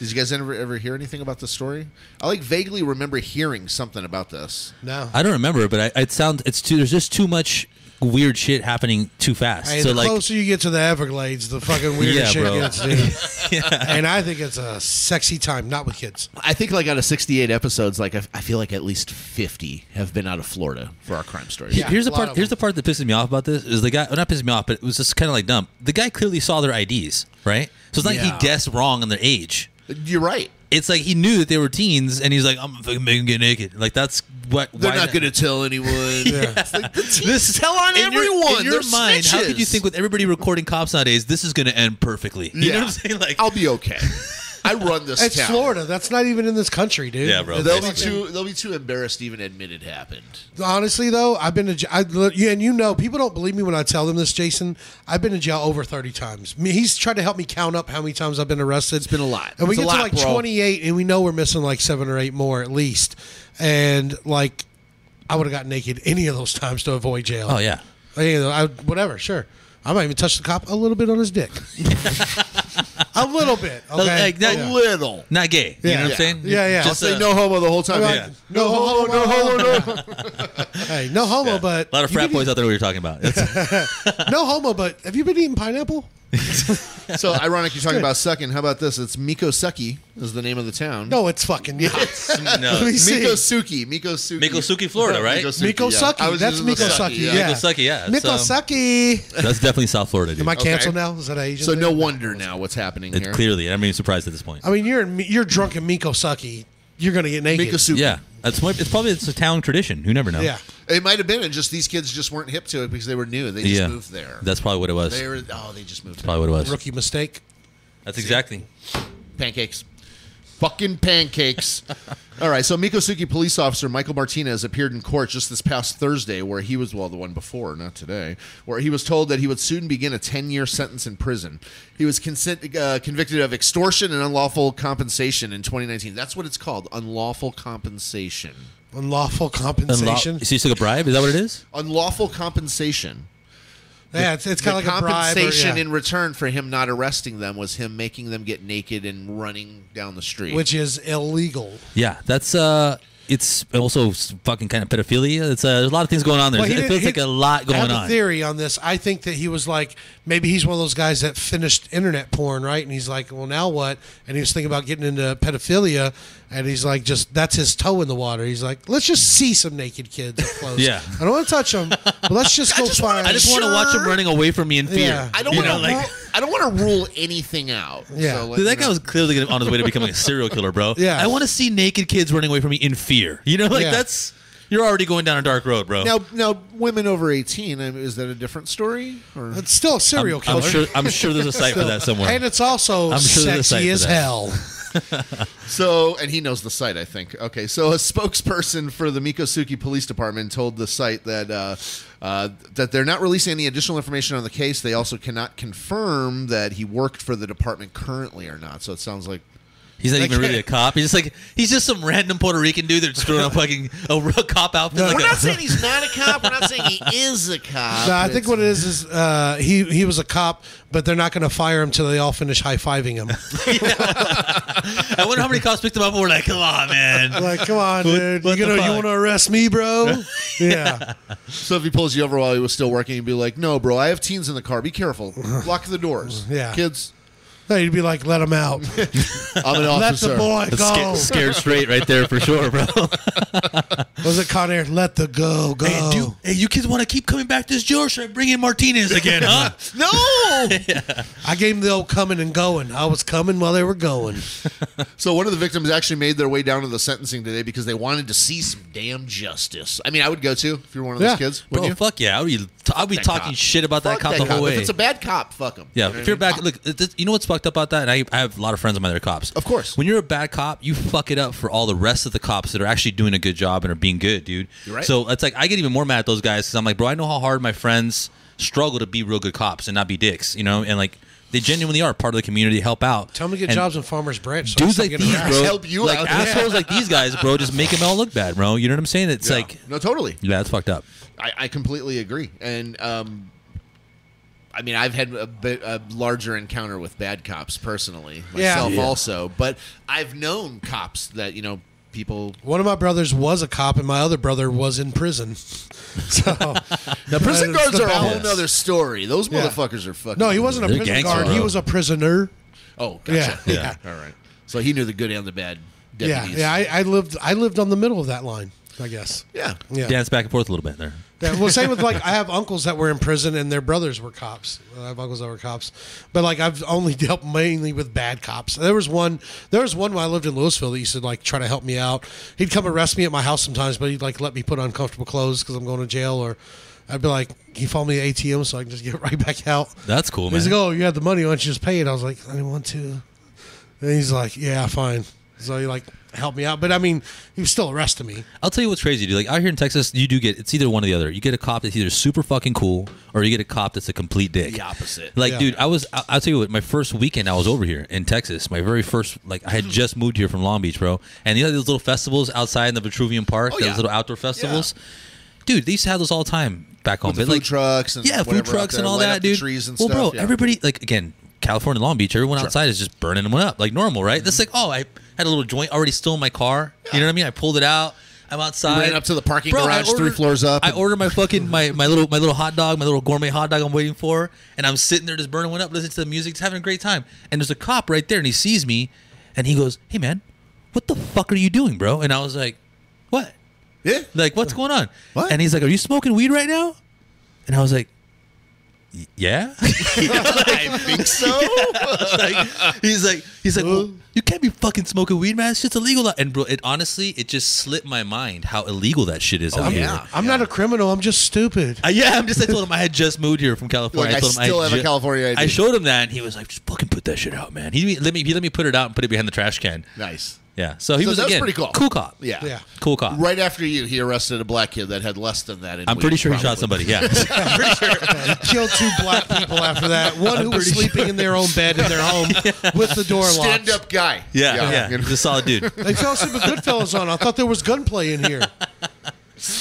Did you guys ever, ever hear anything about this story? I like vaguely remember hearing something about this. No. I don't remember, but I, it sounds it's too. There's just too much weird shit happening too fast. Hey, so the like, closer you get to the Everglades, the fucking weirder Yeah, shit bro. gets, dude. And I think it's a sexy time, not with kids. I think like out of 68 episodes, like I, I feel like at least 50 have been out of Florida for our crime story. He- here's the a lot part. of Here's the them. part that pisses me off about this is the guy. Well, not pisses me off, but it was just kind of like dumb. The guy clearly saw their IDs, right? So it's not like Yeah. he guessed wrong on their age. You're right. It's like he knew that they were teens, and he's like, "I'm gonna fucking make them get naked." Like that's what They're why not going to tell anyone. It's like, the teens This tell on in your- everyone. in your They're mind, how could you snitches. think with everybody recording cops nowadays, this is going to end perfectly? You know what I'm saying? Like, I'll be okay. I run this It's town. Florida. That's not even in this country, dude. Yeah, bro. They'll be Fucking- too. They'll be too embarrassed to even admit it happened. Honestly, though, I've been to j- I, li- yeah, and you know, people don't believe me when I tell them this, Jason. I've been to jail over thirty times. I mean, he's tried to help me count up how many times I've been arrested. It's been a lot. and we It's a get lot, to like bro. twenty-eight, and we know we're missing like seven or eight more at least. And like, I would have got naked any of those times to avoid jail. Oh yeah. Any of those- I, whatever, sure. I might even touch the cop a little bit on his dick, a little bit. Okay, Like that- Yeah. Little. Not gay. You Yeah. know what I'm Yeah. saying? Yeah, yeah. Just, I'll say uh, no homo the whole time. Like, Yeah. No, homo, no homo, no hey, no homo, but A lot of you frat been boys out there know what you're talking about. That's- eating- No homo, but have you been eating pineapple? So ironic you're talking about sucking. How about this? It's Mikoseki is the name of the town. No, it's fucking not. no. Please. Mikosuki. Mikosuki. Mikosuki, Florida, right? Mikosuki. I was That's using the Mikosuki. Sucky, Yeah. Mikosuki, yeah. So- Mikosaki. That's definitely South Florida, dude. Am I Okay. canceled now? Is that an Asian? So thing? no wonder now what's happening It- here. clearly, I'm even surprised at this point. I mean, you're in, you're drunk in Mikosaki. You're gonna get naked. Mikosuki. Yeah, that's what, it's probably it's a town tradition. You never know. Yeah. It might have been, and just these kids just weren't hip to it because they were new. They just yeah. moved there. That's probably what it was. they were, oh, they just moved. There. probably what it was. Rookie mistake. That's exactly. Pancakes. Fucking pancakes. All right, so Mikosuki police officer Michael Martinez appeared in court just this past Thursday, where he was, well, the one before, not today, where he was told that he would soon begin a 10 year sentence in prison. He was consent, uh, convicted of extortion and unlawful compensation in 2019. That's what it's called unlawful compensation. Unlawful Unlo- compensation. so you took a bribe? Is that what it is? Unlawful compensation. yeah, it's, it's The kind of like a bribe. Or, compensation yeah. in return for him not arresting them was him making them get naked and running down the street. which is illegal. Yeah, that's uh, it's also s- fucking kind of pedophilia. It's uh, there's a lot of things going on there. Well, he it did- feels he- like a lot I going have a on. theory on this. I think that he was like, maybe he's one of those guys that finished internet porn, right? And he's like, well, now what? And he was thinking about getting into pedophilia, and he's like, just that's his toe in the water. He's like, let's just see some naked kids up close. Yeah. I don't want to touch them, but let's just go find. I just want to watch him running away from me in fear. Yeah. I don't You want know, to. like- rule, I don't want to rule anything out. Yeah. So, like, Dude, that you guy know. was clearly gonna- on his way to becoming a serial killer, bro. Yeah. I want to see naked kids running away from me in fear. You know, like Yeah. that's you're already going down a dark road, bro. now. Now, women over eighteen I mean, is that a different story? Or It's still a serial I'm killer. sure. I'm sure there's a site for that somewhere. and it's also I'm sure there's a site sexy for as that. hell. so, and he knows the site, I think. Okay, so a spokesperson for the Mikosuki Police Department told the site that uh, uh, that they're not releasing any additional information on the case. They also cannot confirm that he worked for the department currently or not. So it sounds like He's not even Like- really a cop. He's just like he's just some random Puerto Rican dude that's throwing a fucking a real cop outfit. like we're a, not saying he's not a cop. We're not saying he is a cop. No, I think It's- what it is is uh, he he was a cop, but they're not going to fire him till they all finish high fiving him. I wonder how many cops picked him up and were like, "Come on, man." Like, come on, dude. what you the gonna, you fuck? want to arrest me, bro? yeah. So if he pulls you over while he was still working, you'd be like, "No, bro, I have teens in the car. Be careful. Lock the doors. Yeah. kids. No, you'd be like, let him out. I'm an Let officer. the boy That's sca- go. scared straight right there for sure, bro. Was it Con Air? Let the go go. Hey, dude, hey, you kids want to keep coming back to this jail? or Should I bring in Martinez again, huh? no. I gave him the old coming and going. I was coming while they were going. So one of the victims actually made their way down to the sentencing today because they wanted to see some damn justice. I mean, I would go too if you were one of those Yeah. kids. Would Bro, you? fuck yeah! I'll be, I'll be That talking cop. shit about that Fuck cop the whole way. If it's a bad cop, fuck him. yeah, You if know what I you're mean? back, look, it- it- you know what's fucked up about that? And I, I have a lot of friends of mine that are cops. Of course. When you're a bad cop, you fuck it up for all the rest of the cops that are actually doing a good job and are being good, dude. You're right. So it's like, I get even more mad at those guys because I'm like, bro, I know how hard my friends struggle to be real good cops and not be dicks, you know? And like, they genuinely are part of the community, help out. Tell him to get And- jobs in Farmer's Branch. So dudes I like can get these, harassed. bro, Help you like out. assholes like these guys, bro, just make them all look bad, bro. You know what I'm saying? It's Yeah. like, no, totally. yeah, that's fucked up. I, I completely agree. And um, I mean, I've had a, bit, a larger encounter with bad cops personally Yeah. myself, Yeah. also. But I've known cops that you know people One of my brothers was a cop, and my other brother was in prison. So the Prison guards are a whole balance. nother story. Those Yeah. motherfuckers are fucking. No, he wasn't a They're prison gangster, guard. He bro. was a prisoner. Oh, gotcha. Yeah. Yeah. All right. So he knew the good and the bad deputies. Yeah, yeah. I, I lived. I lived on the middle of that line. I guess. yeah. Yeah. Dance back and forth a little bit there. Yeah, well, same with like I have uncles that were in prison and their brothers were cops. I have uncles that were cops, but like I've only dealt mainly with bad cops. There was one, there was one when I lived in Louisville that used to like try to help me out. He'd come arrest me at my house sometimes, but he'd like let me put on comfortable clothes because I'm going to jail, or I'd be like, he found me at ATM so I can just get right back out. That's cool, man. He's like, oh, you had the money, why don't you just pay it? I was like, I didn't want to. And he's like, yeah, fine. So he like helped me out, but I mean, he was still arresting me. I'll tell you what's crazy, dude. Like out here in Texas, you do get it's either one or the other. You get a cop that's either super fucking cool, or you get a cop that's a complete dick. The opposite. Like, Yeah. dude, I was. I- I'll tell you what. My first weekend, I was over here in Texas. My very first, like, I Hmm. had just moved here from Long Beach, bro. And you know those little festivals outside in the Vitruvian Park, Oh, those yeah. little outdoor festivals. Dude, they used to have those all the time back home. With the But, food like trucks and yeah, whatever food out trucks there, and all light that, up the dude. trees and well, stuff, bro, yeah. everybody like again, California, Long Beach. Everyone outside is just burning one up like normal, right? That's Mm-hmm. like, oh, I had a little joint already still in my car. You know what I mean? I pulled it out. I'm outside. Ran up to the parking I garage three floors up I and- ordered my fucking my, my little my little hot dog, my little gourmet hot dog. I'm waiting for, and I'm sitting there just burning one up, listening to the music, just having a great time. And there's a cop right there, and he sees me, and he goes, "Hey man, what the fuck are you doing, bro?" And I was like, "What?" Yeah. Like, what's going on? What? And he's like, Are you smoking weed right now? And I was like, "Y- Yeah. I think so. he's like, he's like, well, you can't be fucking smoking weed, man. It's just illegal. And bro, it honestly, it just slipped my mind how illegal that shit is out Oh, yeah. here. I'm not a criminal. I'm just stupid. Uh, yeah, I'm just. I told him I had just moved here from California. Like, I told him still had have a California ID. I showed him that, and he was like, "Just fucking put that shit out, man." He let me. He let me put it out and put it behind the trash can. Nice. Yeah. So he So was that was again pretty cool. Cool cop. Yeah. Yeah. Cool cop. Right after you, he arrested a black kid that had less than that. In I'm weed, pretty sure he probably. shot somebody. Yeah. I'm pretty sure. Killed two black people after that. One who was sleeping in their own bed in their home with the door locked. Stand up guy. Yeah. Yeah. He's a solid dude. They fell asleep with Goodfellas on. I thought there was gunplay in here.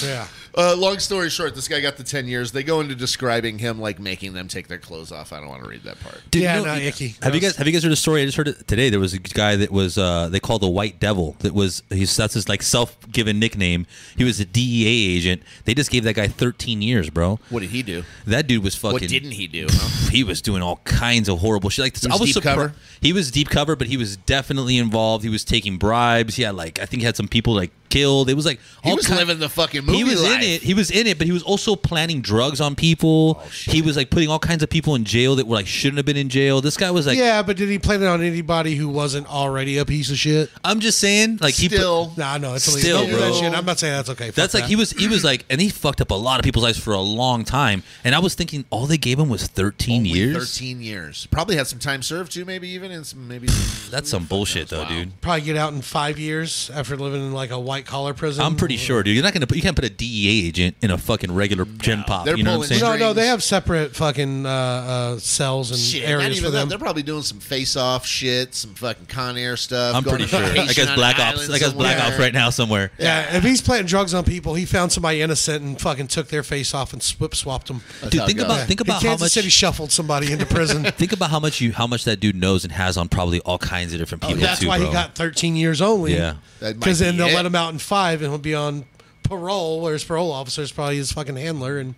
Yeah. Uh, long story short, this guy got the 10 years. They go into describing him like making them take their clothes off. I don't want to read that part. Dude, Yeah, you know- no, icky. Have you guys have you guys heard a story? I just heard it today. There was a guy that was uh, they called the White Devil. That was he's that's his like self given nickname. He was a DEA agent. They just gave that guy 13 years, bro. What did he do? That dude was fucking. What didn't he do? huh? He was doing all kinds of horrible shit. Like this. was I was deep surpri- cover? He was deep cover, but he was definitely involved. He was taking bribes. He had like I think he had some people like killed. It was like He all was ki- living the fucking movie he was life. in it. He was in it, but he was also planning drugs on people. Oh, he was like putting all kinds of people in jail that were like shouldn't have been in jail. This guy was like Yeah, but did he plan it on anybody who wasn't already a piece of shit? I'm just saying, like he put- Still, Nah, no, it's illegal. Still, Don't do that bro. shit. I'm not saying that's okay. Fuck that's like that. he was he was like, and he fucked up a lot of people's lives for a long time. And I was thinking, all they gave him was 13 only years. 13 years. Probably had some time served too, maybe even. And some, maybe. some- That's some bullshit, though, dude. probably get out in five years after living in like a white collar prison. I'm pretty sure, dude. You're not gonna put you can't put a DEA agent in a fucking regular gen pop. They're You know what I'm pulling saying? No, no, strings. they have separate fucking uh, uh, cells and Shit, not areas even for that. them. They're probably doing some face-off shit, some fucking Con Air stuff. I'm going pretty on sure. I vacation guess on Black an Ops. island I guess Black somewhere. Ops right now somewhere. yeah, if he's planting drugs on people, he found somebody innocent and fucking took their face off and swip swapped them. Dude, how it think goes. about Uh, think In about how Kansas much City shuffled somebody into prison. think about how much you how much that dude knows and has on probably all kinds of different people. Oh, That's too, why bro. he got 13 years only. Yeah. That might Because then be they'll it. let him out in five and he'll be on parole, where his parole officer is probably his fucking handler. And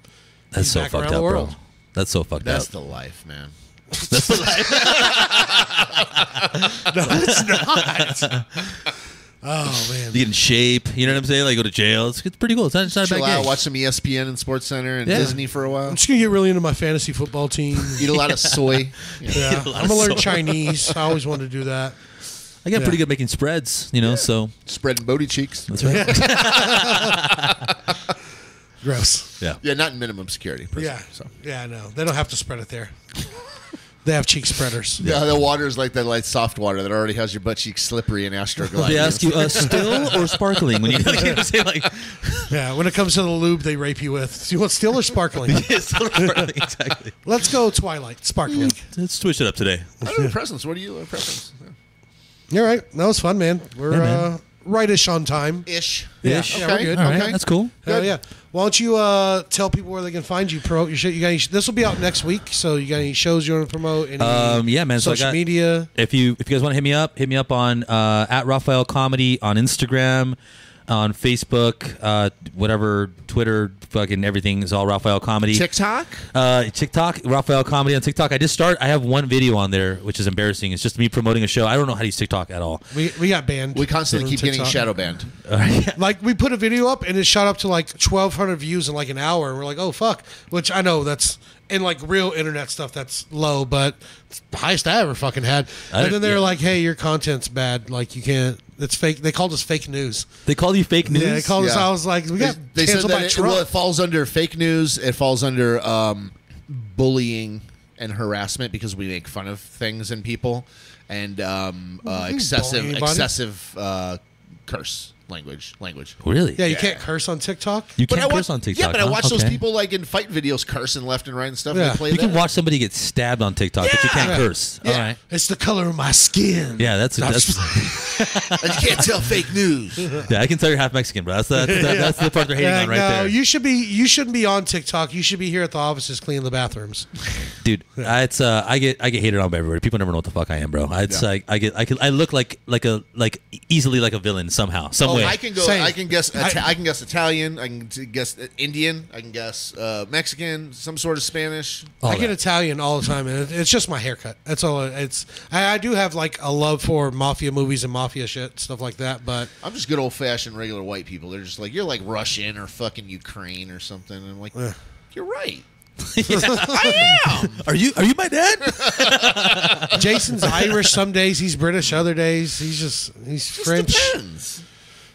That's he's so back fucked around up, the bro. world. That's so fucked That's up. the life, man. Oh, man. you get in shape. You know what I'm saying? Like go to jail. It's, it's pretty cool. It's not, it's not a bad Chill out, gig. watch some E ESPN and Sports Center and Yeah. Disney for a while. I'm just going to get really into my fantasy football team. Eat a lot of soy. Yeah. lot I'm going to of learn soul. Chinese. I always wanted to do that. I got Yeah. pretty good making spreads, you know. So spreading booty cheeks. that's right. Gross. yeah. Yeah, not in minimum security. Prison, Yeah. So. Yeah, no. They don't have to spread it there. They have cheek spreaders. Yeah. the water is like that light soft water that already has your butt cheeks slippery and astroglide. They ask you uh, still or sparkling when you, like, you know, say like Yeah, when it comes to the lube they rape you with. Do you want still or sparkling? still or sparkling exactly. Let's go Twilight, sparkling. Let's switch it up today. I don't have a preference. What do you uh, have a preference? All right. That was fun, man. We're man. Uh, rightish on time. Ish. Yeah. Ish. Yeah, we're good. All right, Okay. that's cool. Hell yeah. Why don't you uh, tell people where they can find you, promote your shit? You got any, this will be out next week, so you got any shows you want to promote? Any Um, yeah, man. So I Social got- media. If you if you guys want to hit me up, hit me up on uh, at Raphael Comedy on Instagram, on Facebook, uh, whatever, Twitter, fucking everything is all Raphael Comedy. TikTok? Uh, TikTok, Raphael Comedy on TikTok. I just start. I have one video on there, which is embarrassing. It's just me promoting a show. I don't know how to use TikTok at all. We, we got banned. We constantly from keep getting TikTok. shadow banned. Like we put a video up and it shot up to like twelve hundred views in like an hour. And we're like, oh fuck. Which I know that's in like real internet stuff that's low, but it's the highest I ever fucking had. I and then don't- they're yeah. like, hey, your content's bad. Like you can't. It's fake. They called us fake news. They call you fake news. Yeah, they called us. Yeah. I was like, we They, got they said canceled that by it, Trump. well, it falls under fake news. It falls under um, bullying. and harassment because we make fun of things and people, and um, uh, excessive anybody. excessive uh, curse language language. Really? Yeah, you can't curse on TikTok. You can't I watch, curse on TikTok. yeah, but I huh? watch those Okay. people like in fight videos cursing left and right and stuff. And Yeah. they play You can that. watch somebody get stabbed on TikTok, but you can't Yeah. curse. All right. It's the color of my skin. Yeah, that's No, I'm that's. just- you can't tell fake news. Yeah, I can tell you're half Mexican, bro. That's the, that's, the, that's the part they're hating Yeah, on right no, there, you should be. You shouldn't be on TikTok. You should be here at the offices cleaning the bathrooms. dude. I, it's uh, I get I get hated on by everybody. People never know what the fuck I am, bro. It's Yeah. like I get I can I look like like a like easily like a villain somehow some Oh, way. I can go. Same. I can guess. I- Ita- I, can guess Italian. I can t- guess Indian. I can guess uh, Mexican. Some sort of Spanish. All I get that. Italian all the time, and it, it's just my haircut. That's all. it- It's I, I do have like a love for mafia movies and mafia shit stuff like that, but I'm just good old fashioned regular white people. They're just like you're like Russian or fucking Ukraine or something. And I'm like, you're right. Are you are you my dad? Jason's Irish some days. He's British other days. He's just he's Just French. depends.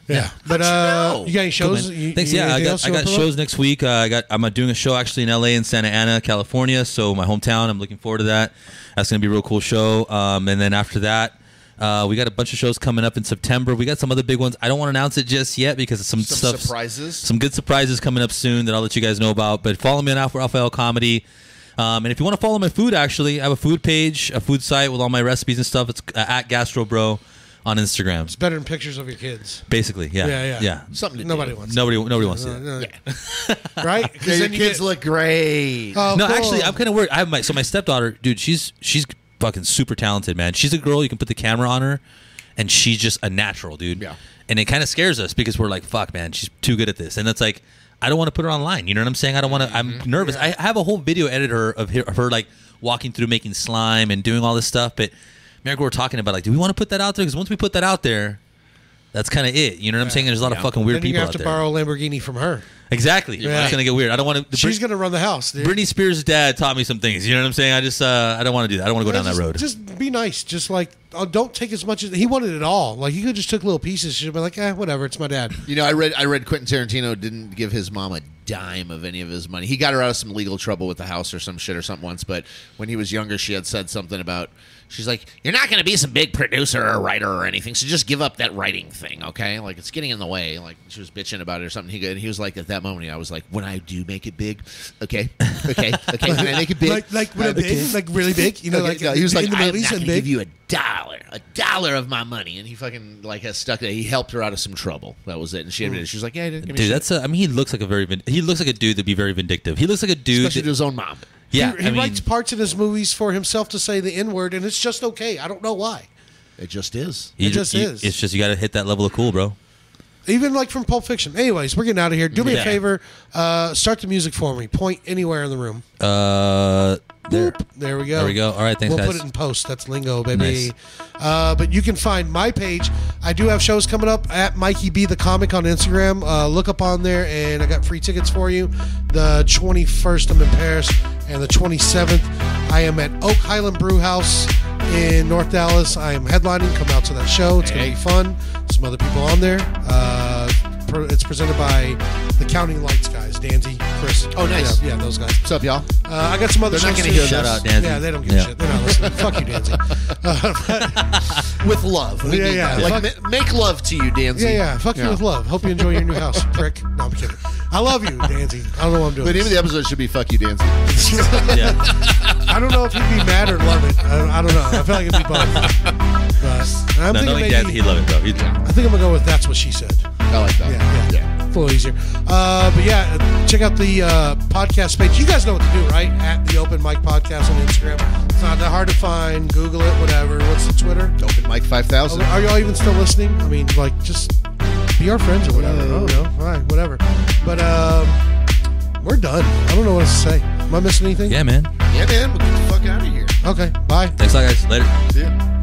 Yeah, but How'd uh, you know? you got any shows? Cool, man. You- Thanks. you- yeah, I anything got else I you wanna got promote? shows next week. Uh, I got I'm uh, doing a show actually in LA in Santa Ana, California. So my hometown. I'm looking forward to that. That's gonna be a real cool show. Um, and then after that. Uh, we got a bunch of shows coming up in September. We got some other big ones. I don't want to announce it just yet because of some, Some stuff, surprises. some good surprises coming up soon that I'll let you guys know about. But follow me on Alpha Raphael Comedy. Um, and if you want to follow my food, actually, I have a food page, a food site with all my recipes and stuff. It's uh, at Gastro Bro on Instagram. Better than pictures of your kids. Basically, yeah, Yeah, yeah, Something to nobody do. wants. Nobody, nobody wants to. Uh, no. right? Yeah, Because your kids look great. Oh, no, actually, I'm kind of worried. I have my so my stepdaughter, dude. She's she's fucking super talented, man. She's a girl you can put the camera on her, and she's just a natural, dude. Yeah. And it kind of scares us because we're like, fuck, man, she's too good at this, and that's like, I don't want to put her online. You know what I'm saying? I don't want to. I'm Mm-hmm. nervous. I I have a whole video editor of her, of her like walking through making slime and doing all this stuff, but Merrick, we we're talking about like, do we want to put that out there? Because once we put that out there. That's kind of it. You know what I'm saying? There's a lot of fucking weird Then you people have out to there. borrow a Lamborghini from her. exactly. Yeah. It's gonna get weird. I don't want to. She's gonna run the house, dude. Britney Spears' dad taught me some things. You know what I'm saying? I just uh, I don't want to do that. I don't want to go down Yeah, that road. just, Just be nice. Just like oh, don't take as much as he wanted it all. Like he could just took little pieces. She'd be like, eh, whatever. It's my dad. You know, I read I read Quentin Tarantino didn't give his mom a dime of any of his money. He got her out of some legal trouble with the house or some shit or something once, but when he was younger she had said something about she's like, You're not gonna be some big producer or writer or anything, so just give up that writing thing, okay? Like it's getting in the way. Like she was bitching about it or something. He go- and he was like at that moment I was like, When I do make it big, okay, okay, okay, when I make it big Like like really okay. big, like really big. You know, Okay, like no, he was in like, the I'm movies not and gonna big. give you a dollar, a dollar of my money, and he fucking like has stuck there. He helped her out of some trouble. That was it. And she Mm. admitted, she was like, yeah, he didn't give me dude, shit. that's a, I mean, he looks like a very vin- he looks like a dude that'd be very vindictive. He looks like a dude. especially that- to his own mom. yeah, he he I mean, writes parts in his movies for himself to say the N word, and it's just okay. I don't know why. It just is. you- it just you- is. It's just you got to hit that level of cool, bro. Even like from Pulp Fiction. Anyways, we're getting out of here. Do me Yeah. a favor. Uh, start the music for me. Point anywhere in the room. Uh, there. There we go. There we go. All right, thanks, We'll guys. put it in post. That's lingo, baby. Uh, but you can find my page. I do have shows coming up at Mikey B the Comic on Instagram. Uh, look up on there, and I got free tickets for you. The 21st, I'm in Paris, and the 27th, I am at Oak Highland Brew House in North Dallas. I am headlining. Come out to that show. It's Hey. gonna be fun. Some other people on there. Uh, pre- it's presented by the Counting Lights guys, Danzy, Chris. Oh, nice. Yeah, yeah, those guys. What's up, y'all? Uh, I got some other. They're not shows gonna too. hear Shout this. out, Danzy. Yeah, they don't give Yeah. a shit. They're not listening. Fuck you, Danzy. With love. We Yeah, mean yeah. that. Like, ma- make love to you, Danzy. Yeah, yeah. Fuck you with love. Hope you enjoy your new house, prick. No, I'm kidding. I love you, Danzy. I don't know what I'm doing. The name of the episode should be "Fuck You, Danzy." Yeah. I don't know if he'd be mad or love it. I, I don't know. I feel like it'd be both. But I'm no, thinking knowing maybe, dad, he'd love it, bro. He'd, I think I'm gonna go with that's what she said. I like that. Yeah, yeah, yeah. It's a little easier. Uh, but yeah, uh, check out the uh, podcast page. You guys know what to do, right? At the Open Mic Podcast on Instagram. It's not that hard to find. Google it, whatever. What's the Twitter? Open mic five thousand. Are y'all even still listening? I mean, like, just be our friends or whatever. I don't know. All right, whatever. But um, we're done. I don't know what else to say. Am I missing anything? yeah, man. Yeah, man. We'll get the fuck out of here. Okay. Bye. Thanks a lot, guys. Later. See ya.